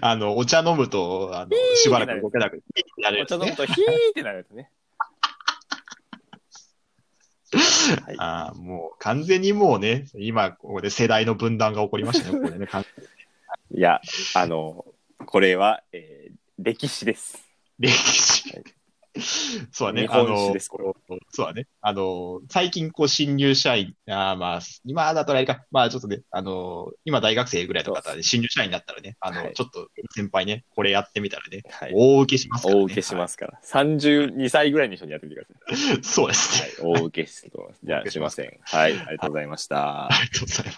B: あの、お茶飲むと、あの、しばらく動けなくなる
A: お
B: や
A: 茶飲
B: つ
A: む
B: ね。
A: とヒーってなるやつね。はい
B: ああ、もう完全にもうね、今、ここで世代の分断が起こりましたね、これね。完
A: いや、あの、これは、えー歴史です。
B: 歴史。 そうだね
A: 日。
B: あ
A: 本史
B: の
A: で、す、これ。
B: そうだね。あの、最近、こう、新入社員、あーまあ、今だとあれか、まあ、ちょっとね、あの、今大学生ぐらいの方で、新入社員だったらね、あの、
A: はい
B: ちょっと、先輩ね、これやってみたらね、
A: はい。
B: 大受けしますからね。
A: 大受けしますから。32歳ぐらいの人にやってみてくださ
B: はい。そうですね。
A: い。はい。大受けすると思います。じゃあ、すいません。はい。ありがとうございました。
B: ありがとうございます。